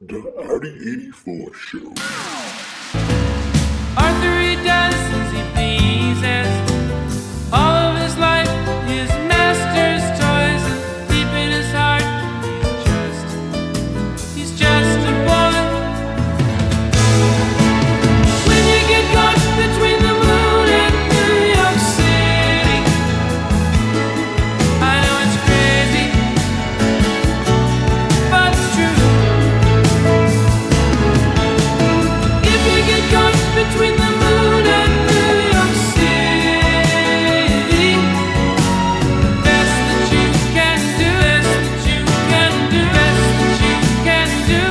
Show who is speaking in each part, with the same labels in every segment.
Speaker 1: The Howdy 84 Show.
Speaker 2: Arthur he does as he pleases. All of his life, his master's toys, and deep in his heart, he's just, he's just a boy. When you get caught between the moon and New York City, I know it's crazy, but it's true. If you get caught between the moon and New York City. Best that you can do, best that you can do, best that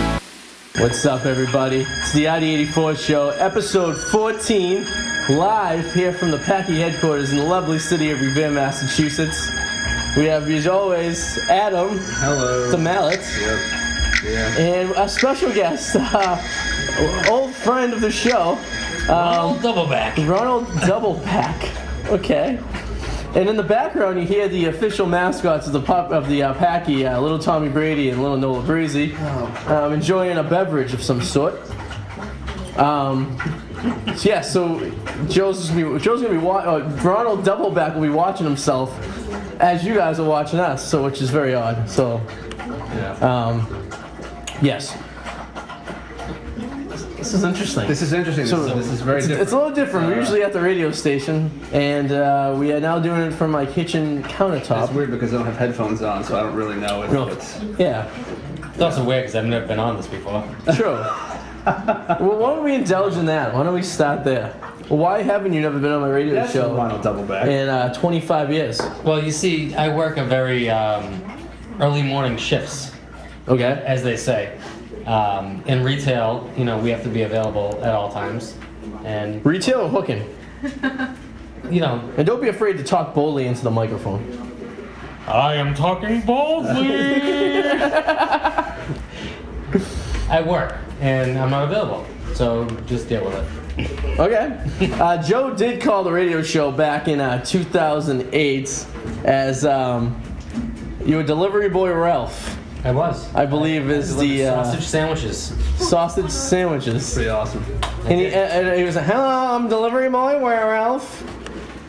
Speaker 2: you can do is fall in love.
Speaker 3: What's up, everybody? It's the ID84 Show, episode 14, live here from the Packy headquarters in the lovely city of Revere, Massachusetts. We have, as always, Adam,
Speaker 4: Hello.
Speaker 3: the Mallet,
Speaker 4: Yeah.
Speaker 3: and a special guest, uh, old friend of the show,
Speaker 4: Double double back.
Speaker 3: Ronald Doublepack. Okay. And in the background, you hear the official mascots of the pop of the uh, Packy, uh, little Tommy Brady and little Nola Breezy, um, enjoying a beverage of some sort. Um, so yeah, so Joe's gonna be, Joe's gonna be wa- uh, Ronald Doubleback will be watching himself as you guys are watching us, so which is very odd. So, um, yes, this is interesting.
Speaker 4: This is interesting. This, is, this is very different.
Speaker 3: It's a little different. We're
Speaker 4: Uh,
Speaker 3: usually at the radio station, and uh, we are now doing it from my kitchen
Speaker 4: It's
Speaker 3: countertop.
Speaker 4: weird because I don't have headphones on, so I don't really know if
Speaker 3: No.
Speaker 4: it's.
Speaker 3: Yeah,
Speaker 5: It's also weird because I've never been on this before.
Speaker 3: true. well, why don't we indulge in that? Why don't we start there? Why haven't you never been on my radio
Speaker 4: That's the
Speaker 3: show
Speaker 4: vinyl double back.
Speaker 3: in uh, 25 years?
Speaker 5: Well, you see, I work a very um, early morning shifts,
Speaker 3: Okay.
Speaker 5: as they say. Um, in retail, you know, we have to be available at all times, and
Speaker 3: Retail or hooking?
Speaker 5: you know,
Speaker 3: And don't be afraid to talk boldly into the microphone.
Speaker 5: I am talking boldly. I work, and I'm not available, so just deal with it.
Speaker 3: Okay. Uh, Joe did call the radio show back in uh, 2008 as um, your delivery boy Ralph,
Speaker 5: I was.
Speaker 3: I believe, is the uh,
Speaker 5: sausage sandwiches.
Speaker 3: sausage sandwiches.
Speaker 4: Pretty awesome.
Speaker 3: And he, and and he was like, "Hello, I'm delivery boy, where Ralph?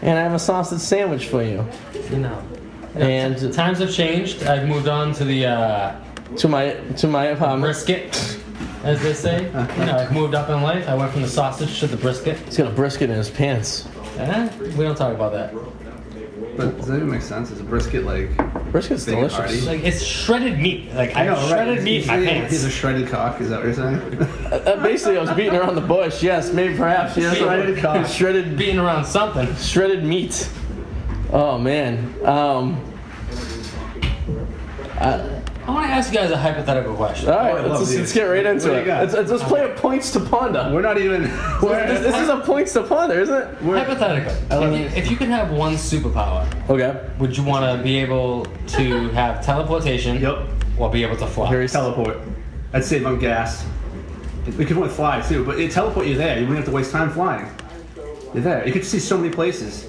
Speaker 3: And I have a sausage sandwich for you."
Speaker 5: You know.
Speaker 3: And
Speaker 5: Times have changed. I've moved on to the. Uh,
Speaker 3: to my to my um, apartment,
Speaker 5: brisket, as they say. You know, I've moved up in life. I went from the sausage to the brisket.
Speaker 3: he's got a brisket in his pants.
Speaker 5: Eh, we don't talk about that.
Speaker 4: But does that even make sense? Is a brisket like?
Speaker 3: Brisket's
Speaker 4: Big
Speaker 3: delicious.
Speaker 4: party.
Speaker 5: Like it's shredded meat. Like I,
Speaker 4: I know,
Speaker 5: have
Speaker 4: right? He's-
Speaker 5: shredded meat in my
Speaker 4: he's-
Speaker 5: pants.
Speaker 4: He's a shredded cock. Is that what you're saying?
Speaker 3: Uh, basically, I was beating around the bush. Yes, maybe perhaps. Yes,
Speaker 4: Shredded cock.
Speaker 3: shredded
Speaker 5: beating around something.
Speaker 3: shredded meat. Oh man. Um,
Speaker 5: I want to ask you guys a hypothetical question.
Speaker 3: all right,
Speaker 4: Oh, I love
Speaker 3: let's, just-
Speaker 4: these.
Speaker 3: let's get right into
Speaker 4: What do you
Speaker 3: it.
Speaker 4: got?
Speaker 3: Let's, let's, let's play a points to ponder.
Speaker 4: we're not even. We're,
Speaker 3: This, this is a points to ponder, isn't it?
Speaker 4: we're-
Speaker 5: hypothetical. If you, if you could have one superpower,
Speaker 3: Okay.
Speaker 5: would you want to be able to have teleportation
Speaker 4: Yep.
Speaker 5: or be able to fly?
Speaker 3: Very s-
Speaker 4: Teleport. I'd save on gas. We could only fly too, but it teleport you there. You wouldn't have to waste time flying. You're there. You could see so many places.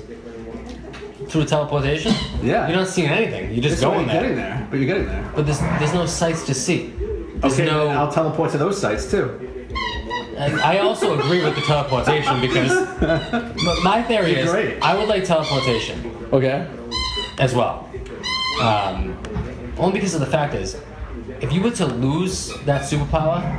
Speaker 5: Through teleportation?
Speaker 4: Yeah.
Speaker 5: You're not seeing anything. You're just
Speaker 4: That's why
Speaker 5: going
Speaker 4: you're
Speaker 5: there.
Speaker 4: Getting there, but you're getting there.
Speaker 5: But there's, there's no sights to see. There's
Speaker 4: Okay,
Speaker 5: no
Speaker 4: then I'll teleport to those sites too.
Speaker 5: And I also agree with the teleportation because but my theory is
Speaker 4: Great.
Speaker 5: I would like teleportation
Speaker 3: Okay.
Speaker 5: as well. Um, only because of the fact is, if you were to lose that superpower,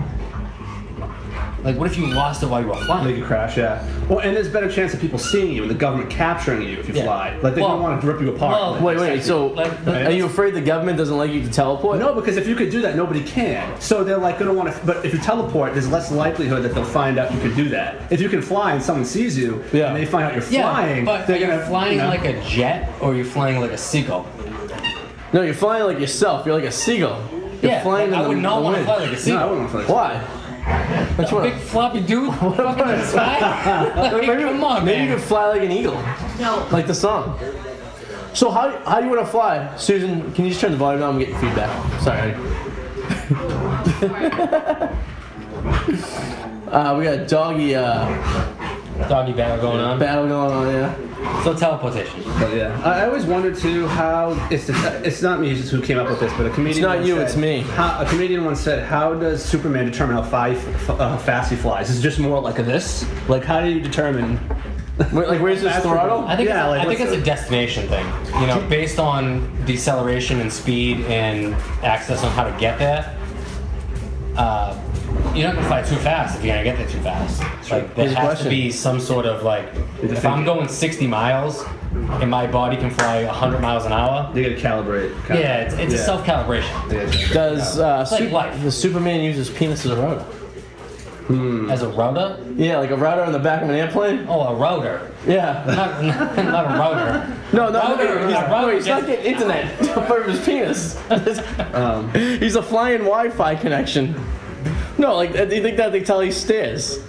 Speaker 5: like what if you lost it while you were
Speaker 4: Make
Speaker 5: flying?
Speaker 4: a crash, yeah. Well, and there's a better chance of people seeing you and the government capturing you if you
Speaker 5: Yeah.
Speaker 4: fly. Like they
Speaker 5: Well,
Speaker 4: don't want to rip you apart.
Speaker 5: well-
Speaker 4: Like,
Speaker 3: Wait, wait. So,
Speaker 5: Like-
Speaker 3: are you afraid the government doesn't like you to teleport?
Speaker 4: no, because if you could do that, nobody can. So they're like gonna want to. But if you teleport, there's less likelihood that they'll find out you could do that. If you can fly and someone sees you,
Speaker 3: Yeah.
Speaker 4: and they find out you're
Speaker 5: Yeah,
Speaker 4: flying,
Speaker 5: but
Speaker 4: they're
Speaker 5: are you
Speaker 4: gonna
Speaker 5: flying
Speaker 4: you know,
Speaker 5: like a jet or you're flying like a seagull?
Speaker 3: No, you're flying like yourself. You're like a seagull. You're
Speaker 5: yeah,
Speaker 3: flying in
Speaker 5: like, I
Speaker 3: the,
Speaker 5: would not
Speaker 3: the
Speaker 5: want to
Speaker 3: wind.
Speaker 5: fly like a
Speaker 4: No, I
Speaker 5: seagull.
Speaker 4: wouldn't fly.
Speaker 3: Why? Which
Speaker 5: Big
Speaker 3: one?
Speaker 5: floppy dude, fucking in the sky. Like,
Speaker 3: maybe
Speaker 5: come on,
Speaker 3: maybe
Speaker 5: man.
Speaker 3: you could fly like an eagle,
Speaker 6: No.
Speaker 3: like the song. So how how do you want to fly, Susan? Can you just turn the volume down? I'm getting feedback. Sorry. Uh, we got doggy uh,
Speaker 5: doggy battle going on.
Speaker 3: Battle going on, yeah.
Speaker 5: So teleportation.
Speaker 4: But yeah, I I always wondered too how it's it's not me who came up with this, but a comedian.
Speaker 3: not
Speaker 4: once
Speaker 3: you,
Speaker 4: said-
Speaker 3: it's me.
Speaker 4: How, a comedian once said, "How does Superman determine how, fi- f- uh, how fast he flies? Is it just more like a this? Like how do you determine?
Speaker 3: Wait, like, where's this
Speaker 4: Faster
Speaker 3: throttle?
Speaker 4: than-
Speaker 5: I think
Speaker 4: Yeah,
Speaker 5: it's,
Speaker 4: like,
Speaker 5: I think
Speaker 4: what's
Speaker 5: it's a
Speaker 4: the-
Speaker 5: destination thing. You know, based on deceleration and speed and access on how to get there. Uh, you're not gonna fly too fast if you're gonna get there too fast. Like there
Speaker 3: Here's a
Speaker 5: has
Speaker 3: question.
Speaker 5: to be some sort of like, if I'm going 60 miles and my body can fly 100 miles an hour.
Speaker 4: You gotta calibrate. kind of.
Speaker 5: Yeah, it's, it's a self calibration
Speaker 4: Yeah.
Speaker 3: Does uh,
Speaker 5: It's like
Speaker 3: Sup-
Speaker 5: life.
Speaker 3: the Superman uses penis as a router?
Speaker 5: as a router.
Speaker 3: Yeah, like a router on the back of an airplane.
Speaker 5: Oh, a router,
Speaker 3: Yeah.
Speaker 5: not, not, not a router.
Speaker 3: No, no,
Speaker 5: Router,
Speaker 3: no, he's,
Speaker 5: yeah, router
Speaker 3: he's not
Speaker 5: gets-
Speaker 3: getting internet for his penis.
Speaker 4: Um,
Speaker 3: he's a flying Wi-Fi connection. No, like uh, do you think that they tell he stares?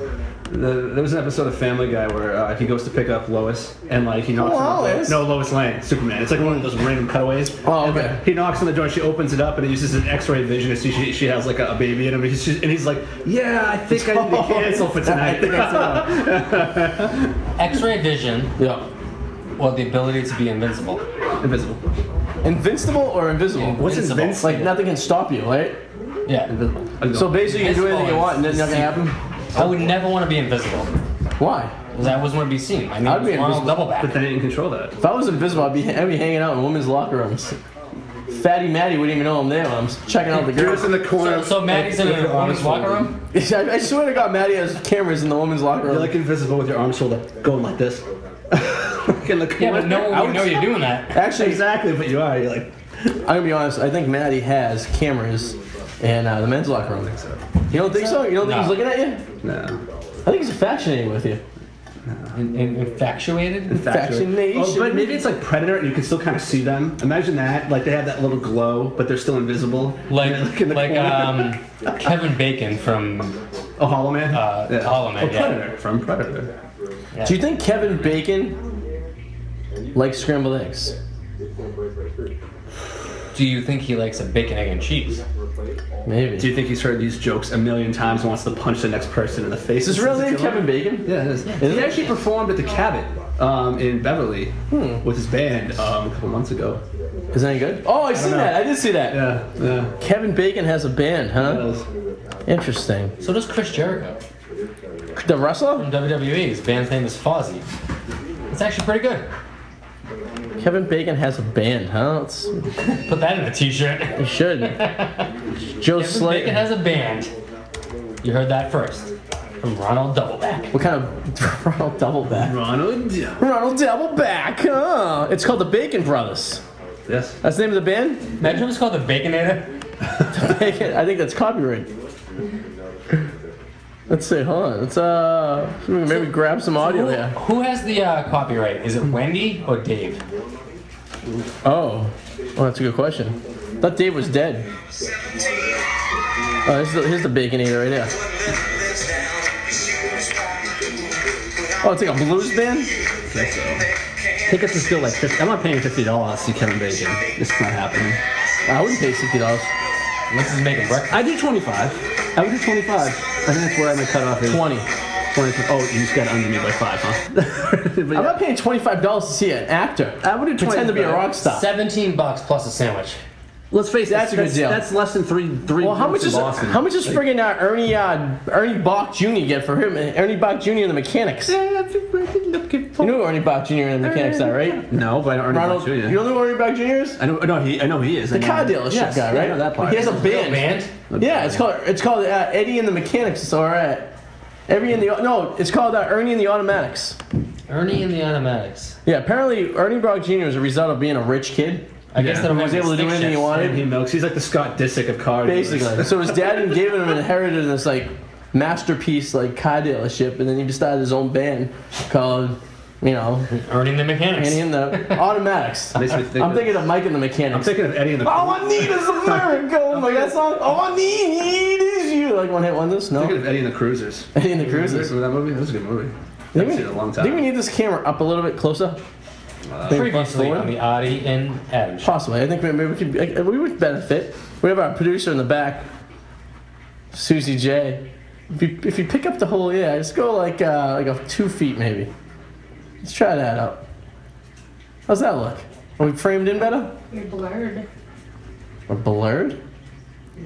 Speaker 4: the, there was an episode of Family Guy where uh, he goes to pick up Lois and like he knocks.
Speaker 3: Oh,
Speaker 4: on the door-
Speaker 3: Lois.
Speaker 4: No, Lois Lane, Superman. It's like one of those random cutaways.
Speaker 3: Oh,
Speaker 4: And,
Speaker 3: okay.
Speaker 4: like, he knocks on the door. She opens it up and it uses an X-ray vision to see she, she has like a, a baby in him. And he's, just- and he's like, "Yeah, I think I need to cancel for tonight."
Speaker 5: X-ray vision
Speaker 3: Yeah.
Speaker 5: or the ability to be invincible.
Speaker 4: Invisible.
Speaker 3: Invincible or invisible?
Speaker 5: Yeah.
Speaker 4: What's
Speaker 5: Invincible.
Speaker 4: invincible?
Speaker 3: Like nothing can stop you, right?
Speaker 5: Yeah.
Speaker 4: Invisible.
Speaker 3: So basically, you can do anything you
Speaker 5: Invincible
Speaker 3: want, and
Speaker 5: is-
Speaker 3: nothing can happen.
Speaker 5: I would never want to be invisible.
Speaker 3: Why?
Speaker 5: 'Cause I always want to be seen. I mean,
Speaker 3: I'd be
Speaker 5: it's Ronald
Speaker 3: invisible.
Speaker 5: Doubleback.
Speaker 4: but then you can control that.
Speaker 3: If I was invisible, I'd be, I'd be hanging out in women's locker rooms. Fatty Matty wouldn't even know I'm there when I'm checking out the girls.
Speaker 4: the corner.
Speaker 5: So, so Maddie's in a woman's locker room?
Speaker 3: I I swear to God, Maddie has cameras in the women's locker room.
Speaker 4: You're like invisible with your arms folded, going like this. in the corner.
Speaker 5: Yeah, but no one would
Speaker 4: Ouch.
Speaker 5: know you're doing that.
Speaker 3: Actually,
Speaker 4: Exactly, but you are. You're like.
Speaker 3: I'm gonna be honest. I think Maddie has cameras in uh, the men's locker room. You don't think so? You don't think he's
Speaker 5: No.
Speaker 3: looking at you?
Speaker 4: No.
Speaker 3: I think he's infatuated with you.
Speaker 5: In, in, infatuated?
Speaker 3: Fascination.
Speaker 4: Oh, but maybe it's like Predator, and you can still kind of see them. Imagine that. Like they have that little glow, but they're still invisible.
Speaker 5: Like,
Speaker 4: And they're, in the
Speaker 5: like
Speaker 4: corner.
Speaker 5: um, Kevin Bacon from.
Speaker 4: Oh, Hollow Man.
Speaker 5: uh, Hollow Man,
Speaker 4: Oh,
Speaker 5: yeah.
Speaker 4: Predator from Predator.
Speaker 3: Do you think Kevin Bacon likes scrambled eggs?
Speaker 5: Do you think he likes a bacon, egg, and cheese?
Speaker 3: Maybe.
Speaker 4: Do you think he's heard these jokes a million times and wants to punch the next person in the face?
Speaker 3: is his real name Kevin Bacon?
Speaker 4: Yeah, it is.
Speaker 3: Is
Speaker 4: he
Speaker 3: it?
Speaker 4: actually performed at the Cabot um, in Beverly with his band um, a couple months ago.
Speaker 3: Is that any good? Oh, I, seen
Speaker 4: know.
Speaker 3: that. I did see that.
Speaker 4: Yeah, yeah.
Speaker 3: Kevin Bacon has a band,
Speaker 4: That
Speaker 3: huh?
Speaker 4: was-
Speaker 3: Interesting.
Speaker 5: So does Chris Jericho.
Speaker 3: The wrestler?
Speaker 5: From WWE, his band's name is Fozzy. It's actually pretty good.
Speaker 3: Kevin Bacon has a band, huh? It's,
Speaker 5: Put that in a t shirt.
Speaker 3: you should. Joe
Speaker 5: Kevin
Speaker 3: Slate.
Speaker 5: Bacon has a band. You heard that first. From Ronald Doubleback.
Speaker 3: what kind of Ronald Doubleback?
Speaker 4: Ronald.
Speaker 3: Ronald Doubleback, huh? It's called the Bacon Brothers.
Speaker 4: Yes.
Speaker 3: That's the name of the band?
Speaker 5: Imagine if it's called the Baconator.
Speaker 3: Bacon. I think that's copyright. Let's see, hold on. Let's uh maybe grab some audio
Speaker 5: Who,
Speaker 3: here.
Speaker 5: who has the uh, copyright? Is it Wendy or Dave?
Speaker 3: Oh. Oh that's a good question. Thought Dave was dead. Oh, this is the, here's the bacon eater right here. Oh, it's like a blues band?
Speaker 4: Tickets are still like 50 I'm not paying $50 to see Kevin Bacon. It's not happening.
Speaker 3: I wouldn't pay sixty dollars.
Speaker 5: This is making breakfast.
Speaker 4: I do 25. I would do 25. I think that's where my cutoff is.
Speaker 3: Twenty.
Speaker 4: 20. Oh, you just got under me by five, huh? But yeah.
Speaker 3: I'm not paying twenty five dollars to see an actor.
Speaker 4: I would do
Speaker 3: pretend to be a
Speaker 4: 25.
Speaker 3: rock star.
Speaker 5: 17 bucks plus a sandwich.
Speaker 4: Let's face it.
Speaker 3: That's a good deal.
Speaker 4: That's less than three. Three.
Speaker 3: Well, how much
Speaker 4: minutes in
Speaker 3: is
Speaker 4: Boston.
Speaker 3: how much is friggin' uh, Ernie uh, Ernie Bach Jr. get for him? Ernie Bach Jr. and the Mechanics. You know who Ernie Bach Jr. and the Mechanics are, right?
Speaker 4: No, but I don't
Speaker 3: Ronald, you
Speaker 4: know.
Speaker 3: don't know who Ernie Bach Jr. is?
Speaker 4: I know. No, he. I know he is. The
Speaker 3: Car dealership guy, right?
Speaker 4: I know that part.
Speaker 3: He has a band.
Speaker 5: Band?
Speaker 3: Yeah, it's called it's called uh, Eddie and the Mechanics. It's all right. Every in the no, it's called uh, Ernie and the Automatics.
Speaker 5: Ernie and the Automatics.
Speaker 3: Yeah, apparently Ernie Bach Jr. is a result of being a rich kid.
Speaker 5: I guess
Speaker 4: Yeah.
Speaker 5: that
Speaker 4: He
Speaker 3: was able to do anything he wanted.
Speaker 4: And he milks. He's like the Scott Disick of car. dealers.
Speaker 3: Basically. so his dad had given him an inheritance this like masterpiece like car dealership and then he just started his own band called, you know,
Speaker 5: Ernie the Mechanics.
Speaker 3: Annie and the Automatics.
Speaker 4: Makes me think
Speaker 3: I'm
Speaker 4: of-
Speaker 3: thinking of Mike and the Mechanics.
Speaker 4: I'm thinking of Eddie and the.
Speaker 3: all I need is America. like that song. All I need is you. Like one hit wonders. No.
Speaker 4: I'm thinking of Eddie and the Cruisers.
Speaker 3: Eddie and the Cruisers.
Speaker 4: Cruisers. Remember that movie? That was a good movie. I
Speaker 3: Think
Speaker 4: haven't
Speaker 3: we,
Speaker 4: seen it in a long
Speaker 3: think we
Speaker 4: time.
Speaker 3: need this camera up a little bit closer. Maybe
Speaker 5: Previously
Speaker 3: forward?
Speaker 5: on the Audi and Adams. show.
Speaker 3: Possibly. I think we- maybe we could. like, We would benefit. We have our producer in the back, Susie J. If you, if you pick up the whole, yeah, just go like uh, like a two feet maybe. Let's try that out. How's that look? Are we framed in better?
Speaker 6: You're blurred.
Speaker 3: Or blurred?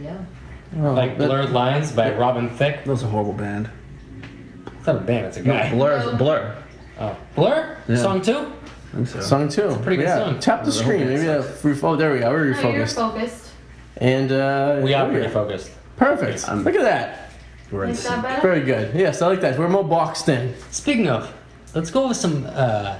Speaker 6: Yeah.
Speaker 3: Oh,
Speaker 5: Like
Speaker 3: that-
Speaker 5: Blurred Lines by Robin Thicke.
Speaker 4: That was a horrible band.
Speaker 5: It's not a band, it's a guy.
Speaker 4: Blur, blur.
Speaker 5: Oh. Blur?
Speaker 4: Yeah.
Speaker 5: Song two?
Speaker 4: I think so.
Speaker 3: Song two.
Speaker 5: pretty good
Speaker 3: yeah.
Speaker 5: song.
Speaker 3: Tap the
Speaker 4: The whole
Speaker 3: screen.
Speaker 4: band
Speaker 3: Maybe that. Ref- oh, there we go.
Speaker 6: No,
Speaker 3: We're
Speaker 6: you're
Speaker 3: refocused.
Speaker 6: focused.
Speaker 3: And uh,
Speaker 5: We are
Speaker 3: there
Speaker 5: pretty
Speaker 3: go.
Speaker 5: focused.
Speaker 3: Perfect.
Speaker 4: I'm-
Speaker 3: Look at that.
Speaker 4: We're in
Speaker 6: Is that
Speaker 4: sync.
Speaker 6: better?
Speaker 3: Very good. Yes, I like that. We're more boxed in.
Speaker 5: Speaking of, let's go over some uh,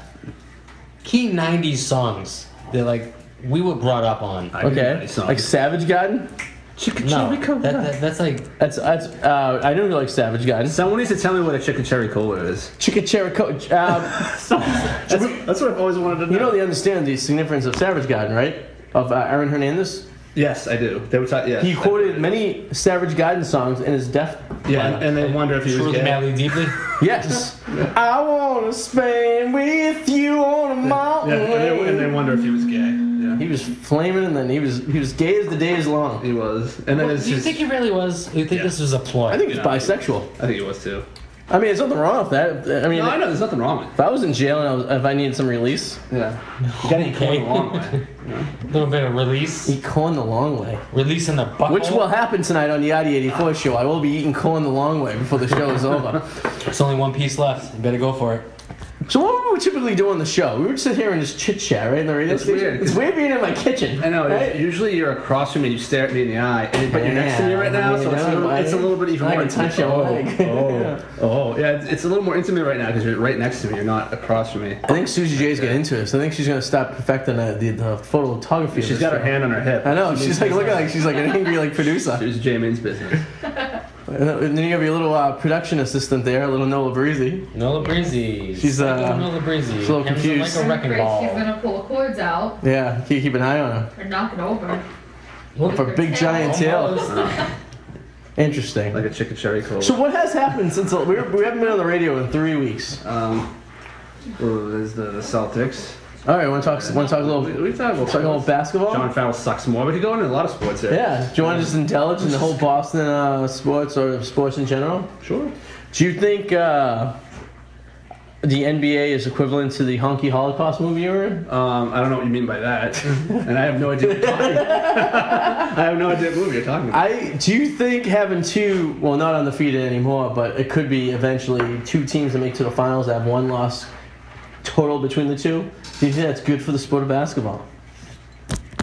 Speaker 5: key 90s songs that, like, we were brought up on.
Speaker 4: I didn't know
Speaker 3: Okay.
Speaker 4: these songs.
Speaker 3: Like Savage Garden.
Speaker 4: Chicka
Speaker 5: No,
Speaker 4: Cherry Cola.
Speaker 5: that, that, that's like
Speaker 3: That's that's. Uh, I don't like Savage Garden.
Speaker 4: Someone needs to tell me what a chicken cherry cola is.
Speaker 3: Chicka Cherico. Uh,
Speaker 4: that's, that's what I've always wanted to know.
Speaker 3: You know they understand the significance of Savage Garden, right? Of uh, Aaron Hernandez.
Speaker 4: yes, I do. They were ta- yes.
Speaker 3: He quoted many Savage Garden songs in his death.
Speaker 4: Yeah, and, and they wonder if he was
Speaker 5: Truly
Speaker 4: gay.
Speaker 5: Madly Deeply.
Speaker 3: Yes. I wanna spend with you on a
Speaker 4: Yeah,
Speaker 3: mountain.
Speaker 4: and they,
Speaker 5: Oh,
Speaker 4: and they wonder if he was gay. Yeah,
Speaker 3: he was flaming, and then he was he was gay as the day is long.
Speaker 4: he was. And then
Speaker 5: Do
Speaker 4: it's
Speaker 5: you
Speaker 4: just,
Speaker 5: think he really was? Do you think
Speaker 4: Yeah.
Speaker 5: this was a ploy?
Speaker 3: I think it's
Speaker 4: Yeah.
Speaker 3: bisexual.
Speaker 4: I think he was too.
Speaker 3: I mean, there's nothing wrong with that. I mean,
Speaker 4: No, I know. There's nothing wrong with
Speaker 3: if I was in jail and I was, if I needed some release,
Speaker 4: it. Yeah, you gotta eat corn the long way.
Speaker 5: a little bit of release,
Speaker 3: eat corn the long way.
Speaker 5: release in the butt.
Speaker 3: Which
Speaker 4: Oh.
Speaker 3: will happen tonight on the ID 84 show. I will be eating corn the long way before the show is over.
Speaker 5: It's only one piece left. You better go for it.
Speaker 3: So what would we typically do on the show? We would sit here and just chit chat, right? In the radio
Speaker 4: It's
Speaker 3: station.
Speaker 4: weird, 'cause-
Speaker 3: It's weird being in my kitchen.
Speaker 4: I know.
Speaker 3: Right?
Speaker 4: Usually you're across from me and you stare at me in the eye, and, but you're next to me right now, so it's a little, it's a little bit even
Speaker 3: I
Speaker 4: more.
Speaker 3: can touch your
Speaker 4: oh,
Speaker 3: leg.
Speaker 4: oh, oh, yeah. It's, it's a little more intimate right now because you're right next to me. You're not across from me.
Speaker 3: I think Susie J's getting into this. I think she's gonna stop perfecting the, the, the photography. of
Speaker 4: She's
Speaker 3: this
Speaker 4: got her
Speaker 3: show.
Speaker 4: hand on her hip.
Speaker 3: I know. She's like looking like she's like an angry like producer.
Speaker 4: It was Jamin's business.
Speaker 3: And then you have your little uh, production assistant there, little Nola Breezy.
Speaker 5: Nola Breezy.
Speaker 3: She's, uh,
Speaker 5: Little Nola Breezy.
Speaker 3: she's a little
Speaker 5: Hands
Speaker 3: confused.
Speaker 5: Like a
Speaker 6: I'm
Speaker 5: wrecking
Speaker 6: afraid
Speaker 5: ball.
Speaker 6: she's gonna pull cords out
Speaker 3: Yeah, keep, keep an eye on her
Speaker 6: or knock it over.
Speaker 5: Look
Speaker 3: for a big giant tail.
Speaker 5: Almost.
Speaker 3: Interesting.
Speaker 4: Uh, Like a chicken cherry cola.
Speaker 3: So what has happened since we, were, we haven't been on the radio in three weeks?
Speaker 4: um, well, there's the, the Celtics.
Speaker 3: All right, want to talk? Want to talk a
Speaker 4: We,
Speaker 3: little?
Speaker 4: we talk about
Speaker 3: Talk a little basketball.
Speaker 4: John Farrell sucks more. We could go into a lot of sports here.
Speaker 3: Yeah. Do you want to just indulge in the whole Boston uh, sports or sports in general?
Speaker 4: Sure.
Speaker 3: Do you think uh, the NBA is equivalent to the honky Holocaust movie you were in?
Speaker 4: Um, I don't know what you mean by that, and I have no idea. What you're talking I have no idea what movie you're talking about.
Speaker 3: I do you think having two well not undefeated anymore, but it could be eventually two teams that make to the finals that have one loss total between the two. Do you think that's good for the sport of basketball?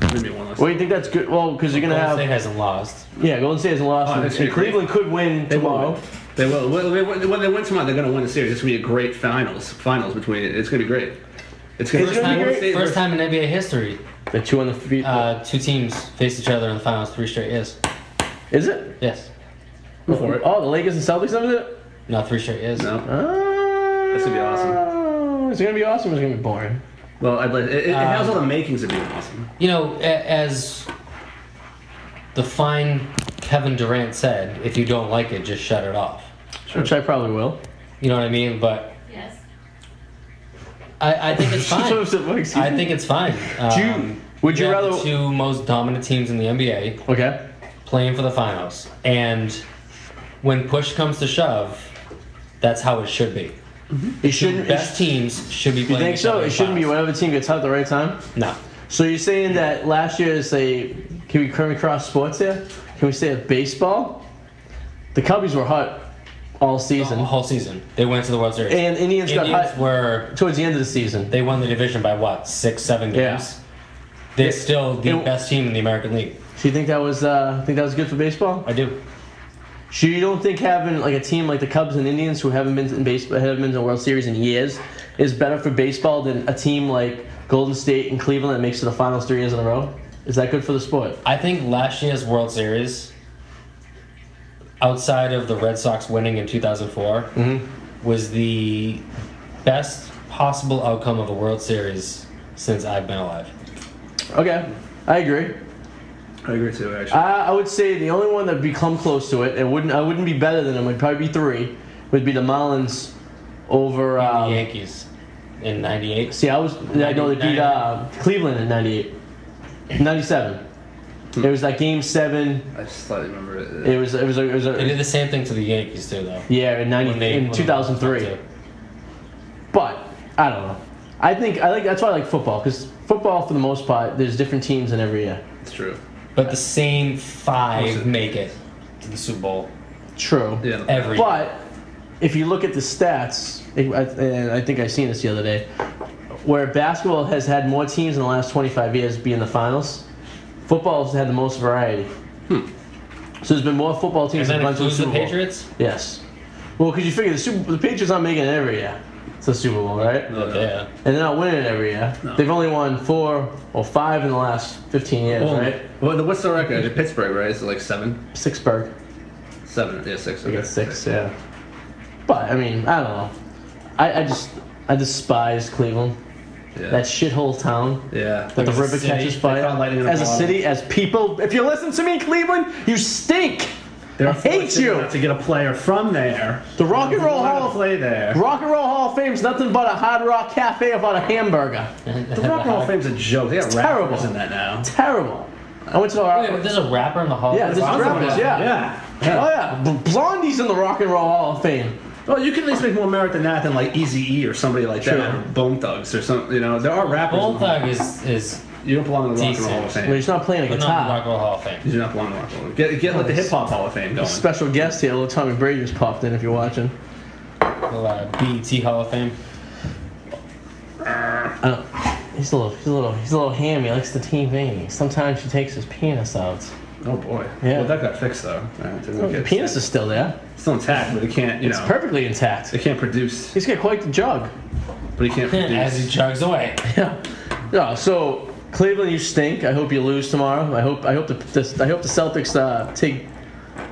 Speaker 4: Give me one last.
Speaker 3: Well, you think that's good? Well, because you're gonna
Speaker 5: Golden State
Speaker 3: have
Speaker 5: hasn't lost.
Speaker 3: yeah, Golden State has lost,
Speaker 4: Oh,
Speaker 3: and,
Speaker 4: that's
Speaker 3: and
Speaker 4: good.
Speaker 3: Cleveland could win
Speaker 4: They will
Speaker 3: tomorrow.
Speaker 4: win. They will. Well, they, win- when they win tomorrow, they're going to win the series. It's going to be a great finals. Finals between it. It's going to be great. It's going to
Speaker 3: It's
Speaker 4: be
Speaker 5: First
Speaker 3: gonna be
Speaker 5: time,
Speaker 3: great.
Speaker 5: first time in NBA history,
Speaker 3: They're two on the feet.
Speaker 5: uh, two teams faced each other in the finals three straight years.
Speaker 3: is it?
Speaker 5: Yes.
Speaker 4: Before it.
Speaker 3: Oh, the Lakers and Celtics have it.
Speaker 5: No, three straight years.
Speaker 4: No.
Speaker 3: Oh,
Speaker 4: This would be awesome.
Speaker 3: It's Oh, gonna be awesome. It's gonna be boring.
Speaker 4: Well, I'd like, it, it, it has
Speaker 5: Um,
Speaker 4: all the makings of being awesome.
Speaker 5: You know, a- as the fine Kevin Durant said, if you don't like it, just shut it off.
Speaker 3: Which I probably will.
Speaker 5: You know what I mean? But
Speaker 6: Yes.
Speaker 5: I, I think it's fine. I think it's fine.
Speaker 3: Do you-
Speaker 5: Um,
Speaker 3: would you
Speaker 5: have
Speaker 3: rather-
Speaker 5: the two most dominant teams in the NBA
Speaker 3: Okay.
Speaker 5: playing for the finals, and when push comes to shove, that's how it should be.
Speaker 3: It shouldn't. it
Speaker 5: Best teams should be
Speaker 3: You
Speaker 5: playing.
Speaker 3: think
Speaker 5: each
Speaker 3: so?
Speaker 5: other in
Speaker 3: It shouldn't be
Speaker 5: finals.
Speaker 3: whatever team gets out at the right time.
Speaker 5: No.
Speaker 3: So you're saying that last year is a can we come across sports here? Can we say a baseball? The Cubbies were hot all
Speaker 5: The
Speaker 3: season,
Speaker 5: whole season they went to the World Series.
Speaker 3: and Indians got
Speaker 5: Indians
Speaker 3: hot
Speaker 5: were
Speaker 3: towards the end of the season.
Speaker 5: they won the division by what six, seven
Speaker 3: Yeah.
Speaker 5: games. They're still the
Speaker 3: it-
Speaker 5: best team in the American League.
Speaker 3: So you think that was uh, think that was good for baseball?
Speaker 5: I do.
Speaker 3: So you don't think having like a team like the Cubs and Indians who haven't been in baseball haven't been to the World Series in years is better for baseball than a team like Golden State and Cleveland that makes it to the finals three years in a row? Is that good for the sport?
Speaker 5: I think last year's World Series, outside of the Red Sox winning in 2004,
Speaker 3: Mm-hmm.
Speaker 5: was the best possible outcome of a World Series since I've been alive.
Speaker 3: Okay, I agree.
Speaker 4: I agree too, actually.
Speaker 3: Uh, I, I would say the only one that would be come close to it, and wouldn't I wouldn't be better than them. Would probably be three. Would be the Marlins over.
Speaker 5: the
Speaker 3: Um,
Speaker 5: Yankees in 98.
Speaker 3: see, I was I know they beat uh, Cleveland in '98, '97. It was like Game Seven.
Speaker 4: I just slightly remember it.
Speaker 3: It was it was a, it was
Speaker 5: They did
Speaker 3: a,
Speaker 5: the same thing to the Yankees too, though.
Speaker 3: yeah in
Speaker 5: When
Speaker 3: ninety
Speaker 5: they- when
Speaker 3: in
Speaker 5: they
Speaker 3: two thousand
Speaker 5: lost
Speaker 3: three.
Speaker 5: it.
Speaker 3: But I don't know. I think I like that's why I like football because football for the most part there's different teams in every year.
Speaker 4: It's true.
Speaker 5: But the same
Speaker 4: Was
Speaker 5: five
Speaker 4: it-
Speaker 5: make it to the Super Bowl
Speaker 3: True.
Speaker 4: Yeah.
Speaker 5: every.
Speaker 3: But if you look at the stats, it- I- and I think I seen this the other day, where basketball has had more teams in the last 25 years be in the finals, football's had the most variety. So there's been more football
Speaker 5: and
Speaker 3: teams
Speaker 5: Hmm. that
Speaker 3: than bunch of
Speaker 5: includes the
Speaker 3: Super Bowl.
Speaker 5: Patriots.
Speaker 3: Yes. Well, because you figure the, Super, the Patriots aren't making it every year. It's the Super Bowl, right?
Speaker 4: Oh, No, no.
Speaker 5: Yeah.
Speaker 3: And they're not winning it every year. They've only won four or five in the last 15 years,
Speaker 4: Well,
Speaker 3: right?
Speaker 4: well, what's the record? In Pittsburgh, right? Is it like seven?
Speaker 3: Sixburg.
Speaker 4: Seven. Yeah, six.
Speaker 3: I
Speaker 4: Okay.
Speaker 3: got six, yeah. But I mean, I don't know. I, I just I despise Cleveland.
Speaker 4: Yeah.
Speaker 3: That shithole town
Speaker 4: yeah.
Speaker 3: that the
Speaker 5: As a
Speaker 3: river
Speaker 5: city,
Speaker 3: catches
Speaker 5: they
Speaker 3: fire.
Speaker 4: found lightning in a
Speaker 3: As a
Speaker 4: bottle.
Speaker 3: city, as people, if you listen to me, Cleveland, you stink.
Speaker 4: They're
Speaker 3: I hate
Speaker 4: fortunate
Speaker 3: you.
Speaker 4: enough To get a player from there.
Speaker 3: The Rock and Roll
Speaker 4: They wanna
Speaker 3: Hall of
Speaker 4: play there.
Speaker 3: Rock and Roll Hall of Fame's nothing but a Hard Rock Cafe about a hamburger.
Speaker 4: The Rock and Roll of Fame's a joke. They got
Speaker 3: terrible.
Speaker 4: rappers in that now.
Speaker 3: Terrible. I went to the
Speaker 5: Wait, there's a rapper in the Hall.
Speaker 3: Yeah,
Speaker 5: of
Speaker 3: there's
Speaker 5: Fame?
Speaker 3: rappers. Yeah.
Speaker 4: Yeah.
Speaker 3: Oh yeah, B- Blondie's in the Rock and Roll Hall of Fame.
Speaker 4: Well, Oh, you can at least make more merit than that than like Easy E or somebody like that,
Speaker 3: True.
Speaker 4: or Bone Thugs or something. You know, there are rappers. in
Speaker 5: Bone
Speaker 4: the-
Speaker 5: Thug is is
Speaker 4: You don't belong in the Rock and Roll Hall of
Speaker 5: Decent.
Speaker 3: But
Speaker 4: Fame.
Speaker 3: he's not playing a
Speaker 5: but not the Rock
Speaker 3: guitar.
Speaker 5: and Roll Hall of Fame.
Speaker 4: You do not belong in the Rock and Roll. Get get like the Hip Hop Hall of Fame going.
Speaker 3: Special guest here, little Tommy Brady just popped in. If you're watching,
Speaker 5: The uh,
Speaker 4: E
Speaker 5: BET Hall of Fame.
Speaker 3: I don't, he's a little, he's a little, he's a little hammy. He likes the TV. Sometimes she takes his penis out.
Speaker 4: Oh boy.
Speaker 3: Yeah.
Speaker 4: Well, that got fixed though. All right, didn't
Speaker 3: The
Speaker 4: get-
Speaker 3: penis is still there.
Speaker 4: still intact, but it can't. You
Speaker 3: It's
Speaker 4: know,
Speaker 3: perfectly intact.
Speaker 4: it can't produce,
Speaker 3: He's got quite the jug.
Speaker 4: but it can't
Speaker 5: As he
Speaker 4: produce.
Speaker 5: chugs away.
Speaker 3: Yeah. Yeah. So Cleveland, you stink. I hope you lose tomorrow. I hope, I hope the, the I hope the Celtics uh, take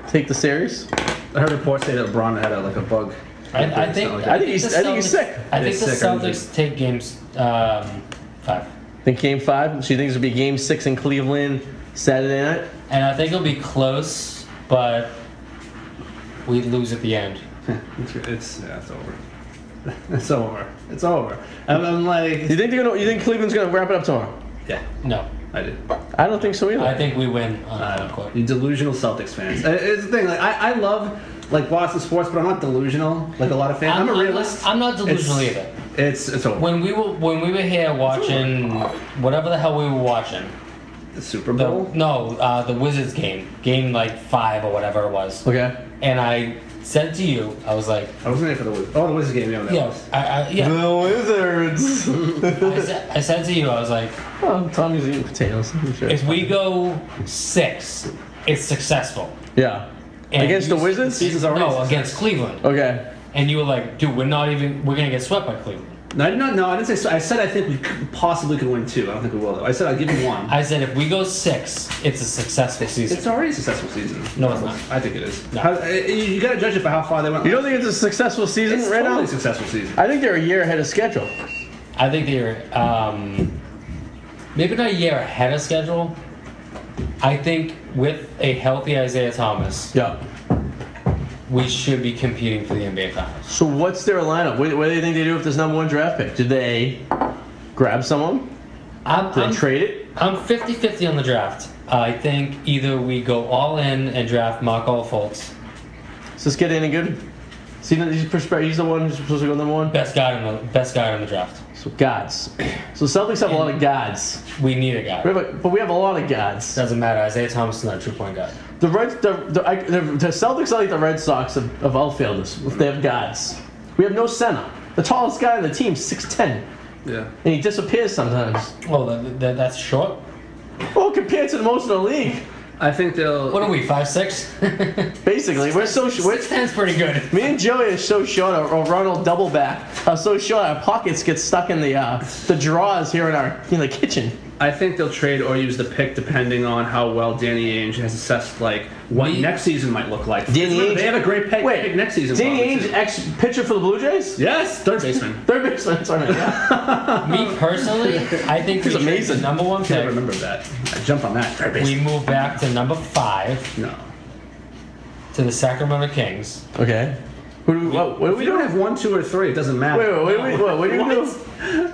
Speaker 3: take the series.
Speaker 4: I heard reports say that LeBron had a, like a bug.
Speaker 5: I, I
Speaker 4: It's
Speaker 5: think.
Speaker 4: not like-
Speaker 3: I think he's-
Speaker 5: the
Speaker 3: I think he's
Speaker 5: Celtics-
Speaker 3: sick.
Speaker 5: I think
Speaker 4: He's
Speaker 5: the
Speaker 4: sick, I think.
Speaker 5: Celtics take games um, five,
Speaker 3: Then Game Five. So you think it'll be Game Six in Cleveland Saturday night?
Speaker 5: and I think it'll be close, but we lose at the end.
Speaker 4: It's, it's yeah, it's over. It's over. It's over. I'm, I'm
Speaker 3: You
Speaker 4: like,
Speaker 3: think they're gonna? You think Cleveland's gonna wrap it up tomorrow?
Speaker 4: yeah,
Speaker 5: No,
Speaker 4: I did.
Speaker 3: I don't think so either.
Speaker 5: I think we win on
Speaker 4: I don't
Speaker 5: the home
Speaker 4: know.
Speaker 5: court.
Speaker 4: You delusional Celtics fans. Uh, It's the thing. Like, I, I love like Boston sports, but I'm not delusional like a lot of fans. I'm, a
Speaker 5: not-
Speaker 4: realist.
Speaker 5: I'm not delusional
Speaker 4: It's-
Speaker 5: either.
Speaker 4: It's it's over.
Speaker 5: When we were when we were here watching whatever the hell we were watching,
Speaker 4: the Super
Speaker 5: the,
Speaker 4: Bowl.
Speaker 5: no, uh, the Wizards game, game like five or whatever it was,
Speaker 3: okay.
Speaker 5: and I said to you, I was like,
Speaker 4: I wasn't there for the Wiz- oh the Wizards game. Yeah, that
Speaker 5: yeah,
Speaker 4: was-
Speaker 5: I, I, yeah.
Speaker 3: The Wizards.
Speaker 5: I, said, I said to you, I was like,
Speaker 3: oh, Tommy's eating potatoes. I'm sure.
Speaker 5: if we go six, it's successful.
Speaker 3: Yeah.
Speaker 5: And
Speaker 3: Against
Speaker 5: you-
Speaker 3: the Wizards?
Speaker 4: Season's already.
Speaker 5: No, against Cleveland.
Speaker 3: Okay.
Speaker 5: And you were like, dude, we're not even, we're going to get swept by Cleveland.
Speaker 4: No, I did not. No, I didn't say. So. I said I think we could- possibly could win two. I don't think we will though. I said I'll give you one.
Speaker 5: I said, if we go six, it's a successful season.
Speaker 4: it's already a successful season.
Speaker 5: No, it's not.
Speaker 4: I think it is.
Speaker 5: No.
Speaker 4: How- uh, you you gotta judge it by how far they went.
Speaker 3: You don't think it's a successful season
Speaker 4: it's
Speaker 3: right
Speaker 4: totally
Speaker 3: now?
Speaker 4: a successful season.
Speaker 3: I think they're a year ahead of schedule.
Speaker 5: I think they're, um, maybe not a year ahead of schedule. I think with a healthy Isaiah Thomas,
Speaker 3: Yeah.
Speaker 5: we should be competing for the NBA Finals.
Speaker 3: So what's their lineup? What, what do you think they do with this number one draft pick? Do they grab someone?
Speaker 5: I'm,
Speaker 3: Do they
Speaker 4: Um,
Speaker 5: I'm-
Speaker 3: trade it?
Speaker 5: I'm 50 50 on the draft. I think either we go all in and draft Marco Fultz,
Speaker 3: Is this kid any good? See, he's, perspe- he's the one who's supposed to go number one.
Speaker 5: best guy in the best guy in the draft.
Speaker 3: So gods. So Celtics have a lot of gods,
Speaker 5: We need a guy.
Speaker 3: We have a- but we have a lot of gods.
Speaker 5: Doesn't matter. Isaiah Thomas is not a true point guard.
Speaker 3: The Red, the, the, I, the, the Celtics are like the Red Sox of, of outfielders. If they have gods, we have no center. The tallest guy on the team, six ten,
Speaker 4: Yeah.
Speaker 3: and he disappears sometimes.
Speaker 5: Well, that, that, that's short.
Speaker 3: Well, compared to the most in the league,
Speaker 4: I think they'll.
Speaker 5: What are we? Five six?
Speaker 3: basically, we're so sh- we're,
Speaker 5: Six ten's pretty good.
Speaker 3: me and Joey are so short, or, or Ronald Doubleback are so short. Our pockets get stuck in the uh, the drawers here in our in the kitchen.
Speaker 4: I think they'll trade or use the pick depending on how well Danny Ainge has assessed like what
Speaker 5: We-
Speaker 4: next season might look like.
Speaker 3: Danny Ainge-
Speaker 4: they have a great pick,
Speaker 3: Wait,
Speaker 4: pick next season.
Speaker 3: Danny
Speaker 4: probably,
Speaker 3: Ainge,
Speaker 4: too.
Speaker 3: ex pitcher for the Blue Jays,
Speaker 4: Yes, third baseman.
Speaker 3: third baseman. Sorry, man.
Speaker 5: Me personally, I think
Speaker 3: Um, He's
Speaker 5: we trade
Speaker 3: amazing.
Speaker 5: the number one
Speaker 4: Can't
Speaker 5: pick.
Speaker 4: remember that. I jump on that. Third
Speaker 5: We
Speaker 4: baseman.
Speaker 5: move back to number five
Speaker 4: no.
Speaker 5: to the Sacramento Kings,
Speaker 3: Okay, What, do we- what, what are
Speaker 4: We
Speaker 3: we
Speaker 4: don't
Speaker 3: doing?
Speaker 4: have one, two, or three. It doesn't matter.
Speaker 3: Wait, wait, wait, wait, what, what are you doing?